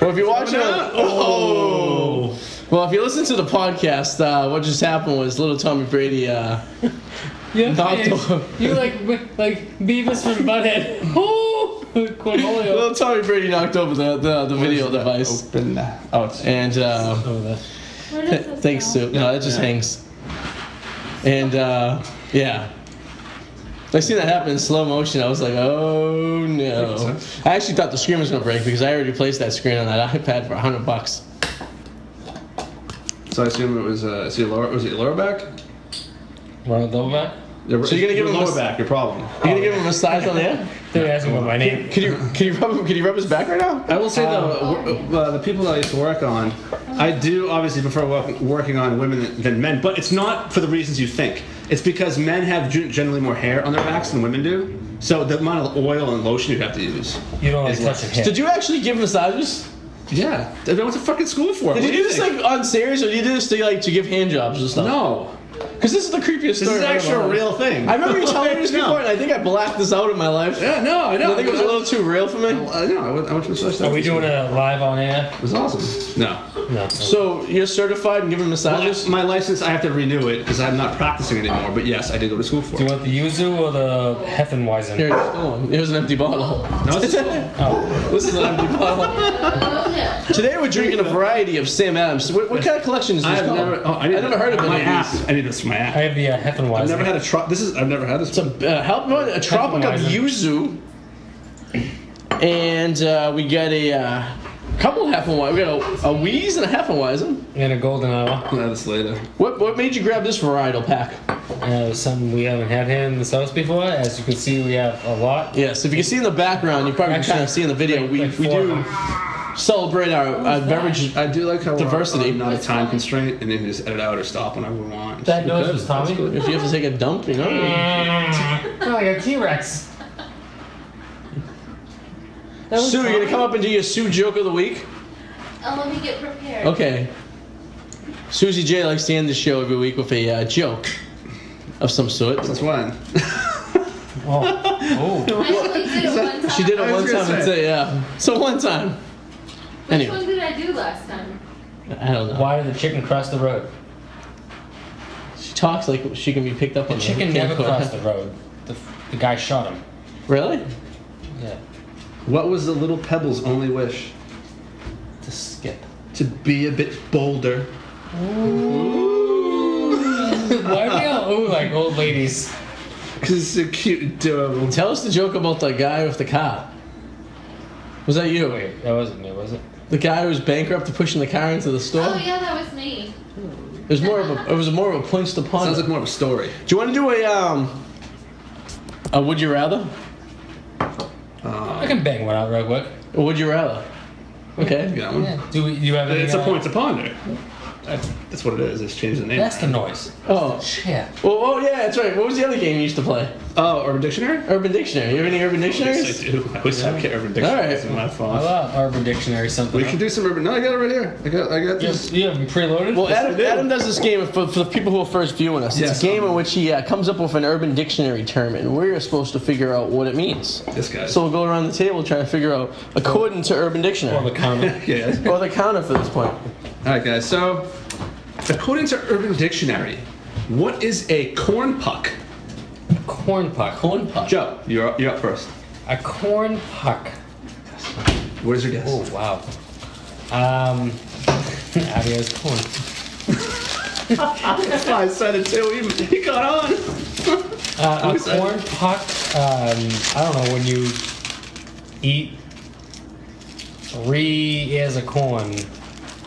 Speaker 3: Well, if you're watching, on-
Speaker 4: Oh.
Speaker 3: well, if you listen to the podcast, uh, what just happened was little Tommy Brady. Uh,
Speaker 5: Yeah,
Speaker 3: Not
Speaker 5: you-
Speaker 3: the-
Speaker 5: you like like Beavis from Butthead. Ooh, Cornholio.
Speaker 3: little Tommy Brady knocked over the the, the video device,
Speaker 4: Open. Oh, it's.
Speaker 3: and uh,
Speaker 5: Oh, that's
Speaker 6: Where does this
Speaker 3: thanks
Speaker 6: go?
Speaker 3: Sue. No, it just
Speaker 4: Yeah.
Speaker 3: hangs. And uh, yeah. I seen that happen in slow motion. I was like, "Oh no!" I actually thought the screen was gonna break because I already placed that screen on that iPad for hundred bucks.
Speaker 4: So I assume it was. Uh, is your lower? Was it your lower back?
Speaker 5: Ronald Doverback.
Speaker 4: So
Speaker 3: you're gonna give him
Speaker 4: lower
Speaker 3: this-
Speaker 4: back your problem.
Speaker 3: You gonna give him a massage on the air?
Speaker 5: They're asking about my name.
Speaker 3: Can you can you rub him, can you rub his back right now?
Speaker 4: I will say
Speaker 3: Um,
Speaker 4: though, uh, the people that I used to work on, I do obviously prefer wo- working on women than men, but it's not for the reasons you think. It's because men have gen- generally more hair on their backs than women do, so the amount of oil and lotion you have to use.
Speaker 5: You don't like
Speaker 4: Is
Speaker 5: touching him.
Speaker 3: Did you actually give massages?
Speaker 4: Yeah, I went to fucking school for.
Speaker 3: Did you do this like on serious, or did you do this to like to give hand jobs and stuff?
Speaker 4: No,
Speaker 3: because this is the creepiest
Speaker 4: this
Speaker 3: story.
Speaker 4: is
Speaker 3: I've ever
Speaker 4: actually a
Speaker 3: heard.
Speaker 4: real thing.
Speaker 3: I remember you telling me this
Speaker 4: No.
Speaker 3: before, and I think I blacked this out in my life.
Speaker 4: Yeah, no, I know.
Speaker 3: I think it was a little too real for me.
Speaker 4: Uh, no, I went, I went to massage
Speaker 5: Are we
Speaker 4: therapy
Speaker 5: doing
Speaker 4: school.
Speaker 5: it live on air?
Speaker 4: It was awesome. No.
Speaker 5: No.
Speaker 3: So you're certified and giving
Speaker 4: Well,
Speaker 3: massages?
Speaker 4: my license, I have to renew it because I'm not practicing anymore. But yes, I did go to school for
Speaker 5: Do you
Speaker 4: it.
Speaker 5: want the yuzu or the
Speaker 3: Here,
Speaker 5: Heffenweizen?
Speaker 3: oh, here's an empty bottle.
Speaker 4: No, it's
Speaker 5: Oh,
Speaker 3: This is an empty bottle.
Speaker 6: Oh, yeah.
Speaker 3: Today we're drinking a variety of Sam Adams. What, what kind of collection is this
Speaker 4: I have
Speaker 3: called?
Speaker 4: never. Oh, I, need-
Speaker 3: I never heard of
Speaker 4: my
Speaker 3: any of
Speaker 4: app.
Speaker 3: these.
Speaker 4: I need this for my app.
Speaker 5: I have the uh, Heffenweizen.
Speaker 4: I've never had a tro- this is I've never had this.
Speaker 3: It's a uh, help no, a tropic of yuzu, and uh, we got a uh, couple half and wise. We got a, a wheeze and a half and Weizen.
Speaker 5: and a golden hour.
Speaker 4: I'll have this later.
Speaker 3: What what made you grab this varietal pack?
Speaker 5: Uh, something we haven't had here in this house before. As you can see, we have a lot.
Speaker 3: Yes, if you can see in the background, you probably can kind of see in the video. We
Speaker 5: Like
Speaker 3: we
Speaker 5: four of
Speaker 3: do
Speaker 5: them.
Speaker 3: celebrate our uh, beverage.
Speaker 4: I do like how we're
Speaker 3: Diversity.
Speaker 4: on- not a time constraint, and then just edit out or stop whenever we want.
Speaker 5: That nose was Tommy.
Speaker 3: If you have to take a dump, you know.
Speaker 5: Mm, like a T Rex.
Speaker 3: Sue, you're gonna come up and do your Sue joke of the week.
Speaker 6: Oh, let me get prepared.
Speaker 3: Okay. Susie J likes to end the show every week with a uh, joke of some sort.
Speaker 4: Since when?
Speaker 5: Oh, oh.
Speaker 6: I only did it one time.
Speaker 3: She did it
Speaker 4: was
Speaker 3: one
Speaker 4: gonna
Speaker 3: time. and
Speaker 4: say.
Speaker 3: said, yeah. So one time.
Speaker 6: Which
Speaker 3: Anyway,
Speaker 6: one did I do last time?
Speaker 3: I don't know.
Speaker 5: Why did the chicken cross the road?
Speaker 3: She talks like she can be picked up on
Speaker 5: The chicken never
Speaker 3: camcorder.
Speaker 5: crossed the road. The, the guy shot him.
Speaker 3: Really?
Speaker 5: Yeah.
Speaker 4: What was the little pebble's only wish?
Speaker 5: To skip.
Speaker 4: To be a bit bolder.
Speaker 5: Why are we all ooh like old ladies?
Speaker 4: Cause it's so cute and adorable.
Speaker 3: Tell us the joke about the guy with the car. Was that you?
Speaker 5: Wait, that wasn't me, was it?
Speaker 3: The guy who was bankrupt pushing the car into the store?
Speaker 6: Oh, yeah, that was me.
Speaker 3: It was more of a it was more of a punch to punch.
Speaker 4: Sounds like more of a story.
Speaker 3: do you want to do a um a would you rather?
Speaker 4: Uh,
Speaker 5: I can bang one out real quick.
Speaker 3: Or would you rather? Okay.
Speaker 4: You got one?
Speaker 5: Do we, you have any,
Speaker 4: It's a
Speaker 5: uh,
Speaker 4: point to ponder. That's, that's what it is. It's changed the name.
Speaker 5: That's the noise.
Speaker 3: Oh.
Speaker 5: Shit.
Speaker 3: Well, oh yeah, that's right. What was the other game you used to play?
Speaker 4: oh, Urban Dictionary.
Speaker 3: Urban Dictionary. You have any Urban
Speaker 4: Yes, I
Speaker 3: Dictionaries?
Speaker 4: do. I always have Urban
Speaker 3: All
Speaker 4: Dictionary
Speaker 3: right.
Speaker 4: in my
Speaker 5: I
Speaker 4: phone.
Speaker 5: love Arbor Dictionary something.
Speaker 4: We can do some Urban. No, I got it right here. I got. I got
Speaker 5: You
Speaker 4: this.
Speaker 5: have, you have them preloaded?
Speaker 3: Well, Adam,
Speaker 4: I do.
Speaker 3: Adam does this game for, for the people who are first viewing us. It's
Speaker 4: Yes.
Speaker 3: a game in which he uh, comes up with an urban dictionary term, and we're supposed to figure out what it means.
Speaker 4: This guy.
Speaker 3: So we'll go around the table trying to figure out, according to Urban
Speaker 5: Or
Speaker 3: Dictionary,
Speaker 5: the comment.
Speaker 4: Yeah.
Speaker 3: or the counter for this point.
Speaker 4: All right, guys. So, according to Urban Dictionary, what is a corn puck?
Speaker 5: corn puck.
Speaker 3: Corn puck.
Speaker 4: Joe, you're up, you're up first.
Speaker 5: A corn puck.
Speaker 4: What is your guess?
Speaker 5: Oh, wow. Um, adios corn.
Speaker 4: That's why I said it too. He, he got on.
Speaker 5: Uh, a
Speaker 4: was that?
Speaker 5: corn puck, um, I don't know, when you eat three ears of corn,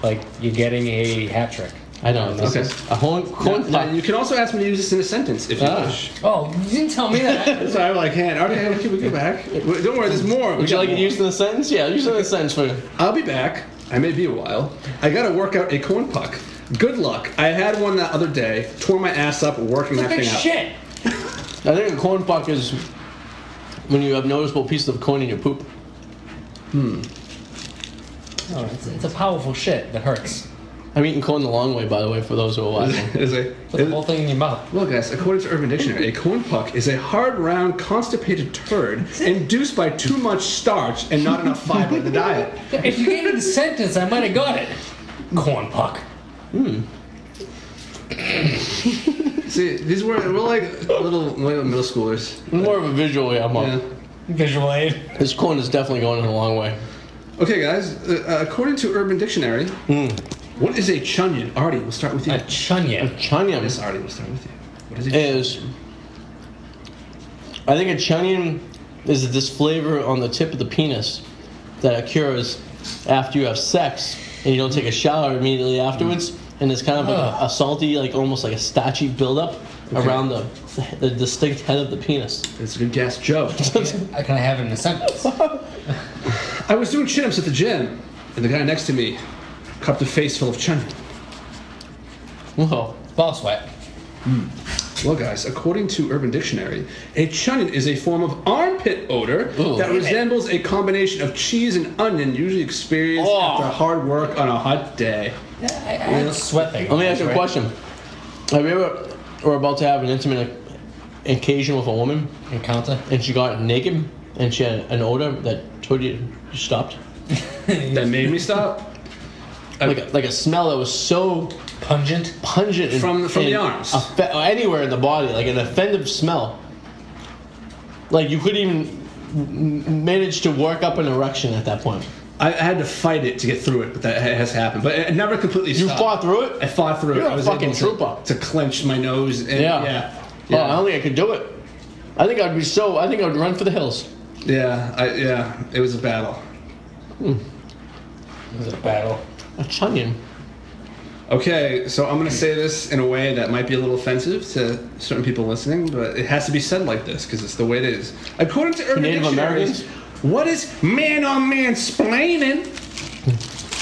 Speaker 5: like you're getting a hat trick.
Speaker 3: I don't know.
Speaker 4: Okay.
Speaker 3: A horn, corn
Speaker 4: No,
Speaker 3: pop.
Speaker 4: you can also ask me to use this in a sentence if you
Speaker 3: Ah.
Speaker 4: wish.
Speaker 5: Oh, you didn't tell me that.
Speaker 4: So I'm like, hey, okay, okay, we go back. Wait, Don't worry, there's more. We
Speaker 3: Would you
Speaker 4: got
Speaker 3: like it
Speaker 4: more.
Speaker 3: used in a sentence? Yeah, use it in a sentence for
Speaker 4: I'll be back. I may be a while. I gotta work out a corn puck. Good luck. I had one that other day. Tore my ass up working that
Speaker 5: Big
Speaker 4: thing out.
Speaker 5: shit.
Speaker 3: I think a corn puck is when you have noticeable pieces of corn in your poop.
Speaker 5: No, Oh, it's, it's a powerful shit that hurts.
Speaker 3: I'm eating corn the long way, by the way, for those who are watching.
Speaker 4: It is a-
Speaker 5: Put the whole thing in your mouth.
Speaker 4: well, guys, according to Urban Dictionary, a corn puck is a hard, round, constipated turd induced by too much starch and not enough fiber in the diet.
Speaker 5: If you gave me the sentence, I might have got it. Corn puck.
Speaker 4: See, these were we're like little, little middle schoolers.
Speaker 3: More of a visual way I'm on.
Speaker 4: Yeah.
Speaker 5: Visual aid.
Speaker 3: This corn is definitely going in the long way.
Speaker 4: Okay, guys. Uh, according to Urban Dictionary, what is a chunion? Artie, we'll start with you.
Speaker 5: A chunya.
Speaker 3: Chunyum
Speaker 4: yes, Artie, we'll start with you. What is a
Speaker 3: is. I think a chunion is a disflavor on the tip of the penis that occurs after you have sex and you don't take a shower immediately afterwards. And it's kind of like a, a salty, like almost like a starchy buildup around the, the distinct head of the penis.
Speaker 4: That's a good guess, Joe.
Speaker 5: I can I have it in a sentence.
Speaker 4: I was doing chin ups at the gym, and the guy next to me cupped a face full of chunion.
Speaker 3: Whoa.
Speaker 5: Ball sweat.
Speaker 4: Well, guys, according to Urban Dictionary, a chunion is a form of armpit odor
Speaker 3: Ooh.
Speaker 4: that resembles a combination of cheese and onion, usually experienced
Speaker 3: Oh.
Speaker 4: after hard work on a hot day.
Speaker 5: I, I had a sweat thing.
Speaker 3: Let me ask you a
Speaker 5: Right?
Speaker 3: question. Have you ever were about to have an intimate occasion with a woman
Speaker 5: Encounter.
Speaker 3: and she got naked and she had an odor that totally stopped?
Speaker 4: That made me stop.
Speaker 3: Like a, like a smell that was so
Speaker 5: Pungent.
Speaker 3: pungent and,
Speaker 4: From- from the
Speaker 3: and
Speaker 4: arms.
Speaker 3: offe- or uh, anywhere in the body, like an offensive smell. Like you couldn't even m- manage to work up an erection at that point.
Speaker 4: I, I had to fight it to get through it, but that ha- has happened. But it never completely
Speaker 3: You
Speaker 4: stopped.
Speaker 3: fought through
Speaker 4: I
Speaker 3: it.
Speaker 4: fought through
Speaker 3: You're
Speaker 4: it.
Speaker 3: a
Speaker 4: I was
Speaker 3: fucking
Speaker 4: able to-
Speaker 3: trooper.
Speaker 4: To, clench my nose. And,
Speaker 3: Yeah.
Speaker 4: Yeah.
Speaker 3: Oh, I don't think I could do it. I think I'd be so. I think I'd run for the hills.
Speaker 4: Yeah, I, yeah, it was a battle.
Speaker 5: It was a battle.
Speaker 3: A chunion.
Speaker 4: Okay, so I'm gonna say this in a way that might be a little offensive to certain people listening, but it has to be said like this because it's the way it is. According to Urban
Speaker 3: Native
Speaker 4: Dictionary,
Speaker 3: Americans?
Speaker 4: what is man on man splaining?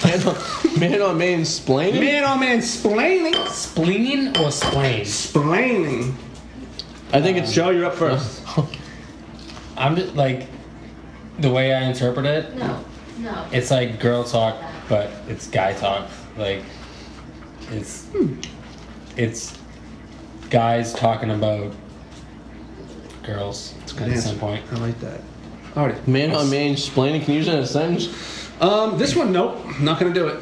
Speaker 3: Man on man, on man splaining.
Speaker 4: Man on man splaining,
Speaker 5: Spleen or splain?
Speaker 4: splaining.
Speaker 3: I think it's
Speaker 4: Joe, you're up first.
Speaker 5: I'm just like, the way I interpret it,
Speaker 6: No, no.
Speaker 5: it's like girl talk, but it's guy talk. Like, it's it's guys talking about girls at
Speaker 4: answer.
Speaker 5: some point.
Speaker 4: I like that. Alright.
Speaker 3: man on man splaining. Can you use it in a sentence?
Speaker 4: Um, this one, nope, not gonna do it.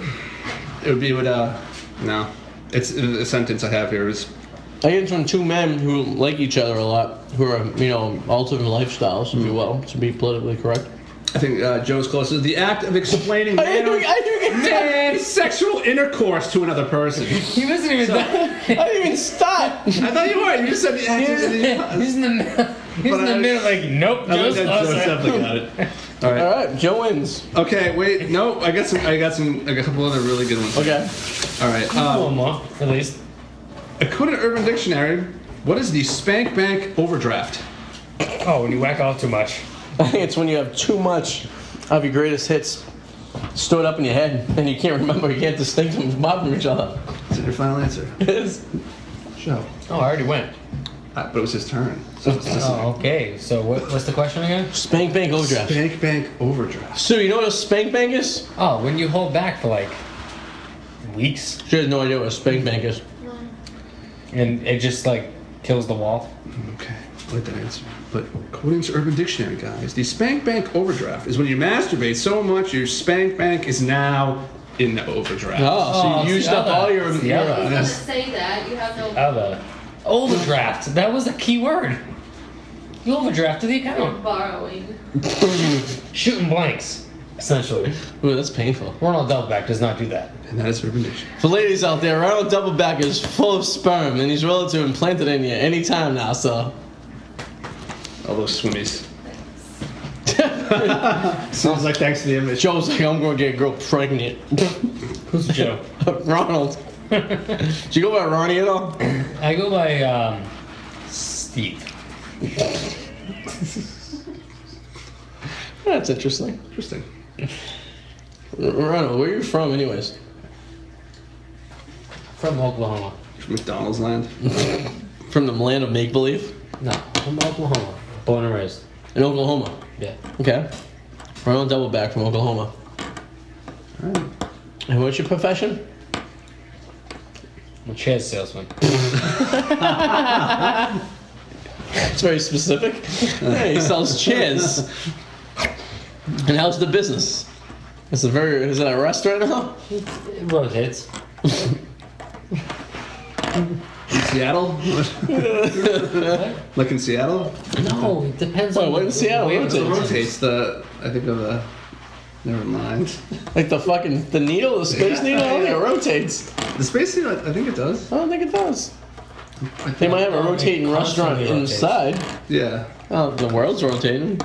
Speaker 4: It would be with uh, no. It's the sentence I have here is
Speaker 3: I get from two men who like each other a lot, who are you know alternate lifestyles, if you
Speaker 4: Hmm.
Speaker 3: will, to be politically correct.
Speaker 4: I think uh, Joe's closest. The act of explaining
Speaker 3: I
Speaker 4: man,
Speaker 3: didn't,
Speaker 4: on,
Speaker 3: I didn't get done.
Speaker 4: man sexual intercourse to another person.
Speaker 5: He wasn't even
Speaker 3: I didn't even stop.
Speaker 4: I thought you were. You just said the act of
Speaker 5: He's in the he's
Speaker 4: But
Speaker 5: in the
Speaker 4: I-
Speaker 5: middle like nope.
Speaker 4: I
Speaker 5: Joe's
Speaker 4: looked at Joe,
Speaker 5: awesome.
Speaker 4: definitely got it. All
Speaker 3: All
Speaker 4: right.
Speaker 3: right, Joe wins.
Speaker 4: Okay. Wait. No. I got some. I got some. I got a couple other really good ones.
Speaker 3: Okay.
Speaker 4: All right.
Speaker 5: One
Speaker 4: Um,
Speaker 5: more, at least.
Speaker 4: according to Urban Dictionary, what is the spank bank overdraft?
Speaker 5: Oh, when you whack off too much.
Speaker 3: I think it's when you have too much of your greatest hits stored up in your head, and you can't remember, you can't distinguish them from each other.
Speaker 4: Is it your final answer? Joe.
Speaker 5: Oh, I already went.
Speaker 4: Uh, but it was his turn. So it's just
Speaker 5: Oh, okay. So what, what's the question again?
Speaker 3: Spank bank overdraft.
Speaker 4: spank bank overdraft.
Speaker 3: So you know what a spank bank is?
Speaker 5: Oh, when you hold back for like weeks
Speaker 3: She has no idea what a spank bank is.
Speaker 5: and it just like kills the wall.
Speaker 4: Okay. I like that answer. But according to Urban Dictionary, guys, the spank bank overdraft is when you masturbate so much your spank bank is now in the overdraft.
Speaker 3: Oh, so
Speaker 5: Oh, it's
Speaker 3: you
Speaker 5: the
Speaker 3: used up
Speaker 5: other.
Speaker 3: all your.
Speaker 5: It's the
Speaker 3: your-
Speaker 5: other.
Speaker 6: You don't say that. You have
Speaker 3: Uh,
Speaker 6: no
Speaker 5: Other overdraft. That was the key word. You overdrafted the
Speaker 6: you're
Speaker 5: account.
Speaker 6: borrowing.
Speaker 5: Shooting blanks, essentially.
Speaker 3: Ooh, that's painful.
Speaker 5: Ronald Delback does not do that.
Speaker 4: And that is Urban Dictionary.
Speaker 3: For ladies out there, Ronald Doubleback is full of sperm, and he's willing to implant it in you any time now. So,
Speaker 4: All those swimmies. Sounds like thanks to the image.
Speaker 3: Joe's like, I'm gonna get a girl pregnant.
Speaker 5: Who's Joe?
Speaker 3: Ronald, Do you go by Ronnie at all?
Speaker 5: I go by um, Steve.
Speaker 3: That's interesting.
Speaker 4: Interesting.
Speaker 3: R- Ronald, where are you from, anyways?
Speaker 5: From Oklahoma.
Speaker 4: From McDonald's land.
Speaker 3: From the land of make believe
Speaker 5: No, from Oklahoma. Born and raised.
Speaker 3: in Oklahoma.
Speaker 5: Yeah.
Speaker 3: Okay. Ronald Doubleback from Oklahoma.
Speaker 4: Alright.
Speaker 3: And what's your profession?
Speaker 5: I'm a chair salesman.
Speaker 3: It's very specific. Yeah, he sells chairs. And how's the business? It's a very is it a restaurant now?
Speaker 5: It rotates.
Speaker 4: In Seattle? like in Seattle?
Speaker 5: No, it depends
Speaker 3: Wait,
Speaker 5: on
Speaker 3: what in Seattle?
Speaker 5: where
Speaker 3: Rotates?
Speaker 5: it
Speaker 4: It
Speaker 5: is.
Speaker 4: rotates the. I think of the. Never mind.
Speaker 3: Like the fucking the needle, the space needle? I don't think
Speaker 4: Yeah.
Speaker 3: it rotates.
Speaker 4: The space suit, I I think it does.
Speaker 3: I don't think it does. They might have a rotating restaurant
Speaker 5: Constantly rotates.
Speaker 3: inside.
Speaker 4: Yeah.
Speaker 3: Oh, the world's rotating.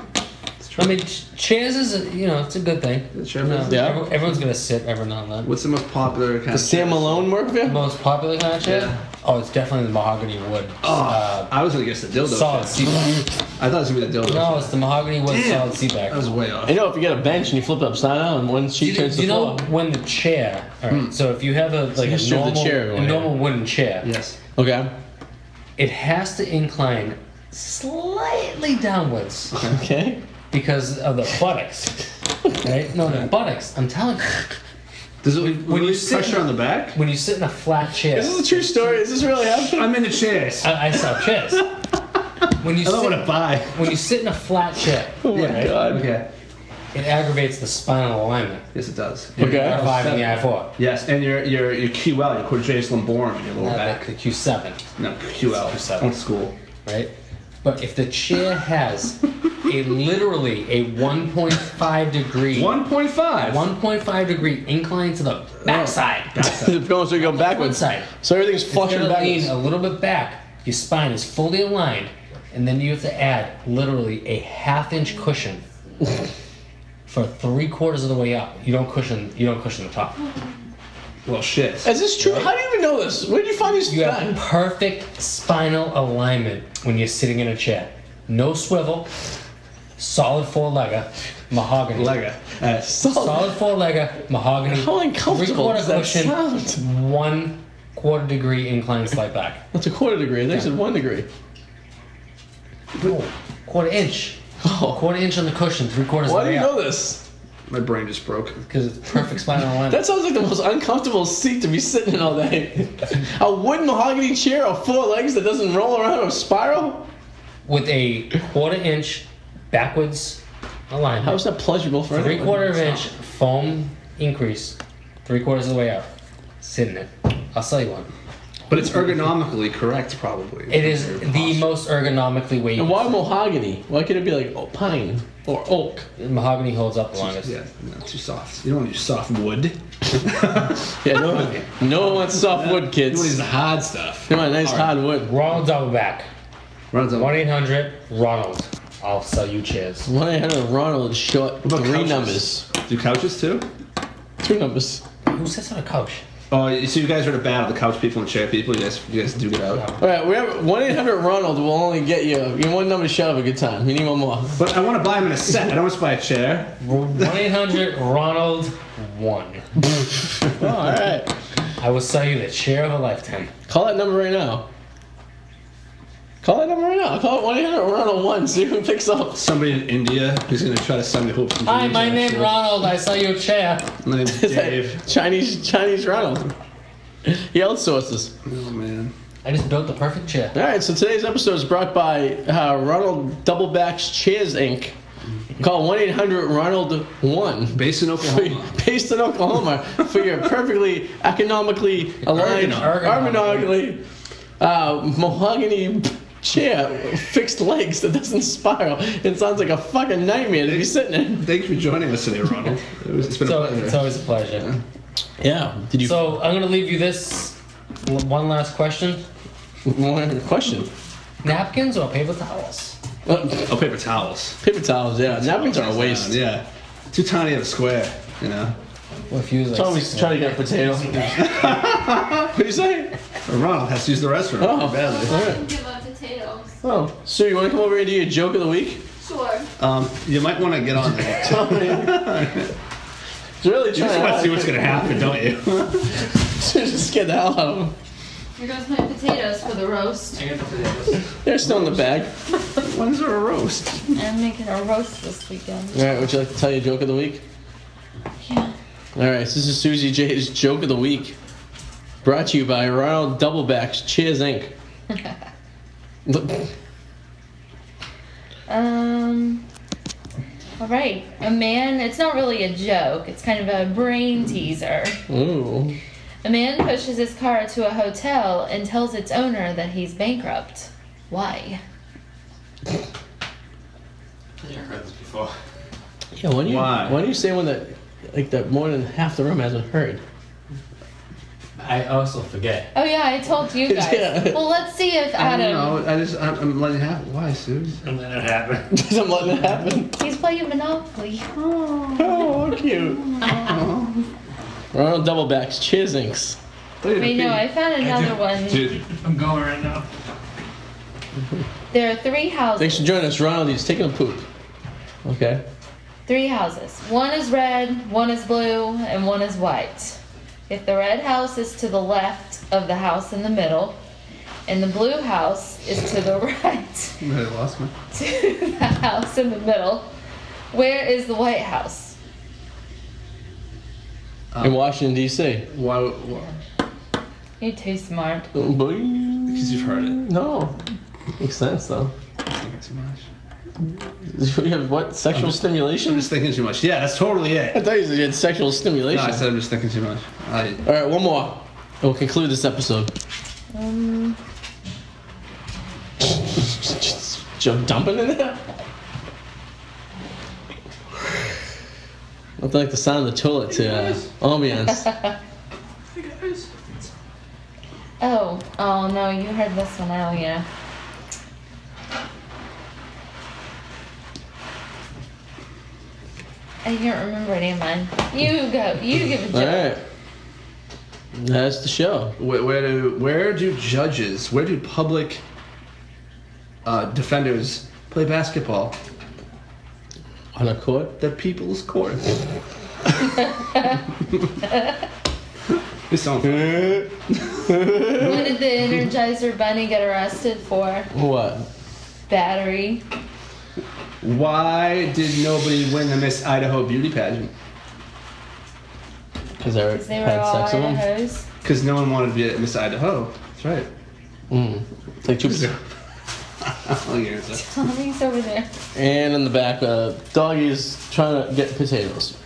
Speaker 5: I mean, ch- chairs is a, you know it's a good thing.
Speaker 4: The chair business?
Speaker 3: Yeah.
Speaker 5: every- everyone's gonna sit every now and then.
Speaker 4: What's the most popular kind
Speaker 3: The
Speaker 4: of chair?
Speaker 3: Sam Malone work there?
Speaker 5: most popular kind of chair?
Speaker 4: Yeah.
Speaker 5: Oh, it's definitely the mahogany wood.
Speaker 4: Oh,
Speaker 5: Uh,
Speaker 4: I was gonna guess the dildo.
Speaker 5: solid
Speaker 4: chair.
Speaker 5: seat back.
Speaker 4: I thought it was gonna be the dildo.
Speaker 5: No, it's the mahogany wood
Speaker 4: Damn.
Speaker 5: solid seat back.
Speaker 4: That was way off.
Speaker 3: You know, if you get a bench and you flip it upside down, one
Speaker 5: Do
Speaker 3: sheet
Speaker 5: you,
Speaker 3: turns to
Speaker 5: do you know
Speaker 3: floor.
Speaker 5: when the chair? All right, so if you have a like a
Speaker 3: history of the
Speaker 5: normal,
Speaker 3: chair
Speaker 5: a
Speaker 3: going,
Speaker 5: normal
Speaker 3: yeah.
Speaker 5: wooden chair,
Speaker 4: Yes.
Speaker 3: Okay.
Speaker 5: it has to incline slightly downwards
Speaker 3: Okay.
Speaker 5: because of the buttocks. Right? No, the buttocks. I'm telling you,
Speaker 4: Does it when,
Speaker 5: you
Speaker 4: release
Speaker 5: sit-
Speaker 4: pressure on the back?
Speaker 5: when you sit in a flat chair,
Speaker 3: This is a true story. Is this really happening?
Speaker 4: I'm in the chairs. I
Speaker 5: I, I saw chairs. When you
Speaker 4: don't
Speaker 5: sit,
Speaker 4: want to buy.
Speaker 5: when you sit in a flat chair,
Speaker 3: Oh my
Speaker 4: Yeah.
Speaker 3: god.
Speaker 4: Okay.
Speaker 5: it aggravates the spinal alignment.
Speaker 4: Yes, it does.
Speaker 3: Okay.
Speaker 5: R5 and the I4.
Speaker 4: Yes, and your your your QL, your quadratus lumborum, your lower
Speaker 5: Not
Speaker 4: back.
Speaker 5: The Q7,
Speaker 4: No, QL.
Speaker 5: It's Q7.
Speaker 4: Old school.
Speaker 5: right? But if the chair has a literally a 1.5 degree
Speaker 4: 1.5.
Speaker 5: 1.5 degree incline to the backside,
Speaker 3: It's going so you're going
Speaker 5: one
Speaker 3: backwards.
Speaker 5: side,
Speaker 3: So everything's
Speaker 5: it's
Speaker 3: flushing
Speaker 5: gonna lean
Speaker 3: backwards.
Speaker 5: a little bit back. Your spine is fully aligned, and then you have to add literally a half inch cushion for three quarters of the way up. You don't cushion. You don't cushion the top.
Speaker 4: Well, shit.
Speaker 3: Is this true? How do you even know this? Where did you find these?
Speaker 5: You have
Speaker 3: facts?
Speaker 5: perfect spinal alignment when you're sitting in a chair. No swivel, solid four legger, mahogany.
Speaker 4: Lega. Uh,
Speaker 5: Solid four legger, mahogany.
Speaker 3: How uncomfortable
Speaker 5: three-quarter
Speaker 3: does that
Speaker 5: cushion,
Speaker 3: sound?
Speaker 5: One quarter degree incline slight back.
Speaker 3: That's a quarter degree. They said one degree.
Speaker 5: No, quarter inch.
Speaker 3: Oh,
Speaker 5: Quarter inch on the cushion, three quarters.
Speaker 3: why do you know this?
Speaker 4: my brain just broke.
Speaker 5: Because it's perfect spinal alignment.
Speaker 3: That sounds like the most uncomfortable seat to be sitting in all day. a wooden mahogany chair of four legs that doesn't roll around or spiral?
Speaker 5: With a quarter inch backwards alignment.
Speaker 3: How's that pleasurable for
Speaker 5: Three
Speaker 3: anyone?
Speaker 5: quarter of an inch foam increase, three quarters of the way up. Sit in it. I'll sell you one.
Speaker 4: But it's ergonomically correct, probably.
Speaker 5: It is the most ergonomically way you
Speaker 3: And
Speaker 5: can
Speaker 3: why mahogany? Why could it be like oh, pine or oak?
Speaker 5: sit. mahogany holds up the longest.
Speaker 4: Yeah, no, too soft. You don't want to use soft wood. You
Speaker 3: Yeah, no, one- no one wants soft wood,
Speaker 4: want to use
Speaker 3: kids.
Speaker 4: the hard stuff.
Speaker 3: Come on, nice hard wood.
Speaker 5: Ronald Doubleback.
Speaker 4: Runs on.
Speaker 5: One eight hundred Ronald. I'll sell you chairs.
Speaker 3: One eight hundred Ronald short
Speaker 4: about
Speaker 3: three
Speaker 4: couches?
Speaker 3: numbers.
Speaker 4: Do couches too?
Speaker 3: Two numbers.
Speaker 5: Who sits on a couch?
Speaker 4: Oh, so you guys are the battle, the couch people and chair people. You guys, you guys do get out.
Speaker 3: All right, we have one eight hundred Ronald will only get you you one number shot of a good time. You need one more.
Speaker 4: But I want to buy them in a set. I don't want to buy a chair.
Speaker 5: One eight hundred Ronald one.
Speaker 3: all right,
Speaker 5: I will sell you the chair of a lifetime.
Speaker 3: call that number right now. Call that number right now. Call it one eight hundred Ronald one. See who picks up.
Speaker 4: Somebody in India who's gonna try to sell me hoops.
Speaker 5: Hi, my name's Ronald. I sell you a chair.
Speaker 4: My name's
Speaker 3: It's like
Speaker 4: Dave.
Speaker 3: Chinese Chinese Ronald. He outsources.
Speaker 4: Oh man.
Speaker 5: I just built the perfect chair.
Speaker 3: All right, so today's episode is brought by uh, Ronald Doubleback's Chairs Inc. Call 1 800 Ronald 1.
Speaker 4: Based in Oklahoma.
Speaker 3: Based in Oklahoma for your perfectly economically aligned,
Speaker 5: Ergonomic.
Speaker 3: ergonomically uh, mahogany chair, fixed legs that doesn't spiral. It sounds like a fucking nightmare to be sitting in.
Speaker 4: Thanks for joining us today, Ronald. It was, it's been
Speaker 5: So
Speaker 4: a pleasure.
Speaker 5: it's always a pleasure.
Speaker 3: Yeah. Did you?
Speaker 5: So I'm gonna leave you this l- one last question:
Speaker 3: one question.
Speaker 5: napkins or paper towels?
Speaker 3: Uh,
Speaker 4: oh, paper towels.
Speaker 3: paper towels, yeah. Napkins are a waste.
Speaker 4: Yeah. Too tiny of a square. You know.
Speaker 5: Well, if you was like
Speaker 3: Always
Speaker 5: six-
Speaker 3: trying to get a potato. What are you saying?
Speaker 4: Ronald has to use the restroom.
Speaker 3: Oh.
Speaker 4: Badly.
Speaker 6: I can give up potatoes.
Speaker 3: Oh, Sue, you want to come over and do your joke of the week?
Speaker 6: Sure.
Speaker 4: Um, you might want to get on that.
Speaker 3: I mean, it's really
Speaker 4: Oh, You
Speaker 3: trying.
Speaker 4: just want to
Speaker 3: hard.
Speaker 4: see what's going to happen, don't you?
Speaker 3: just get the hell out of them.
Speaker 6: Here goes my potatoes for the roast.
Speaker 3: They're still in the bag.
Speaker 4: When's there a roast?
Speaker 7: I'm making a roast this weekend.
Speaker 3: All right, would you like to tell your joke of the week?
Speaker 7: Yeah.
Speaker 3: All right, this is Susie J's joke of the week, brought to you by Ronald Doubleback's Cheers Inc.
Speaker 7: Um. All right. A man. It's not really a joke. It's kind of a brain teaser.
Speaker 3: Ooh,
Speaker 7: A man pushes his car to a hotel and tells its owner that he's bankrupt. Why?
Speaker 3: yeah. Why do you
Speaker 4: Why?
Speaker 3: why do you say one that like that more than half the room hasn't heard?
Speaker 5: I also forget.
Speaker 7: Oh yeah, I told you guys.
Speaker 3: Yeah.
Speaker 7: Well, let's see if Adam.
Speaker 4: I just I'm, I'm letting it happen. Why, Sue?
Speaker 5: And then it happened.
Speaker 3: I'm letting it happen.
Speaker 7: He's playing Monopoly.
Speaker 3: Oh, how cute. Ronald Doubleback's Cheers Inc.
Speaker 7: Wait, no, I found another one.
Speaker 4: Dude,
Speaker 5: I'm going right now.
Speaker 7: There are three
Speaker 3: Thanks
Speaker 7: houses.
Speaker 3: for joining us, Ronald. He's taking a poop. Okay.
Speaker 7: Three houses. One is red, one is blue, and one is white. If the red house is to the left of the house in the middle, and the blue house is to the right
Speaker 4: I lost my.
Speaker 7: to the house in the middle, where is the white house?
Speaker 3: In Washington D.C.
Speaker 4: Why? Why?
Speaker 7: You're too smart.
Speaker 3: Boing.
Speaker 4: Because you've heard it.
Speaker 3: No, makes sense though.
Speaker 4: I think it's too much.
Speaker 3: You have what? Sexual stimulation?
Speaker 4: I'm just thinking too much. Yeah, that's totally
Speaker 3: I
Speaker 4: it.
Speaker 3: thought you said you had sexual
Speaker 4: No,
Speaker 3: stimulation.
Speaker 4: I said I'm just thinking too much. I,
Speaker 3: All right, one more. And we'll conclude this episode.
Speaker 7: Um,
Speaker 3: Just jump dumping in there? I like the sound of the toilet to uh, ambiance.
Speaker 7: oh, oh no, you heard this one oh yeah. I can't remember any of mine. You go. You give a joke.
Speaker 3: All right, that's the show.
Speaker 4: where, where do where do judges? Where do public uh, defenders play basketball?
Speaker 3: On a court.
Speaker 4: The people's court. This song.
Speaker 7: What did the Energizer Bunny get arrested for?
Speaker 3: What?
Speaker 7: Battery.
Speaker 4: Why did nobody win the Miss Idaho beauty pageant?
Speaker 3: Because I
Speaker 7: Because they were
Speaker 3: had
Speaker 7: all
Speaker 3: sex with him.
Speaker 7: Idahos.
Speaker 4: Because no one wanted to be at Miss Idaho. That's right.
Speaker 3: Mm. Like two.
Speaker 4: I'll answer.
Speaker 7: Tommy's over there.
Speaker 3: And in the back, uh, doggy's trying to get potatoes.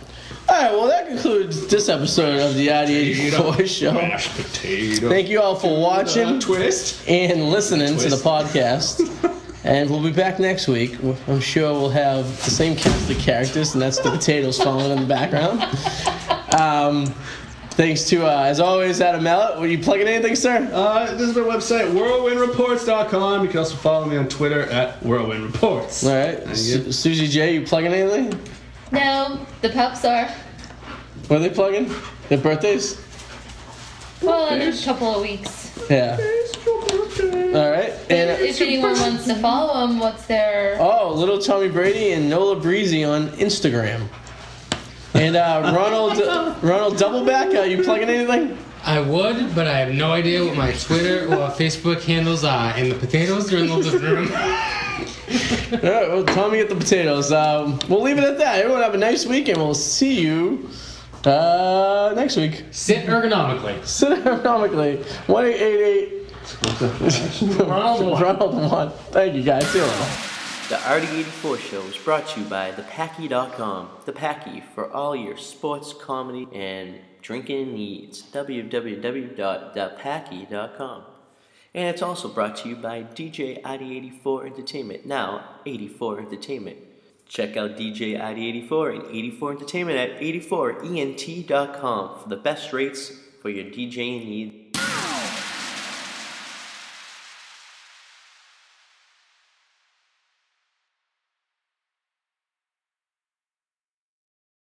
Speaker 3: All right, well, that concludes this episode of the ID84 show.
Speaker 4: Mashed potato. Uh,
Speaker 3: Thank you all for watching
Speaker 4: twist.
Speaker 3: and listening to the
Speaker 4: Twist.
Speaker 3: podcast. And we'll be back next week. I'm sure we'll have the same cast of characters, and that's the potatoes falling in the background. Um, thanks to, uh, as always, Adam Mallet. Were you plugging anything, sir?
Speaker 4: Uh, this is my website, whirlwindreports.com. You can also follow me on Twitter at whirlwindreports.
Speaker 3: All right.
Speaker 4: Thank
Speaker 3: Su-
Speaker 4: you.
Speaker 3: Susie J, you plugging anything?
Speaker 7: No, the pups are.
Speaker 3: What are they plugging? Their birthdays?
Speaker 7: Well, in a couple of weeks.
Speaker 3: Yeah. All right. And.
Speaker 7: If anyone wants to follow them, what's their?
Speaker 3: Oh, little Tommy Brady and Nola Breezy on Instagram. And uh, Ronald Ronald Doubleback, uh, you plugging anything?
Speaker 5: I would, but I have no idea what my Twitter or Facebook handles are, and the potatoes are in the living room.
Speaker 3: All right, well, Tommy get the potatoes. Um, we'll leave it at that. Everyone have a nice week, and we'll see you uh, next week.
Speaker 5: Sit ergonomically.
Speaker 3: Sit economically. One eight eight eight.
Speaker 5: Ronald one.
Speaker 3: Ronald one. Thank you guys. See you later.
Speaker 8: The RD84 show is brought to you by thepacky.com. The Packy for all your sports, comedy, and drinking needs. www.thepacky.com. And it's also brought to you by DJ ID84 Entertainment, now 84 Entertainment. Check out DJ ID84 and 84 E Entertainment at 84ent.com for the best rates for your DJing needs.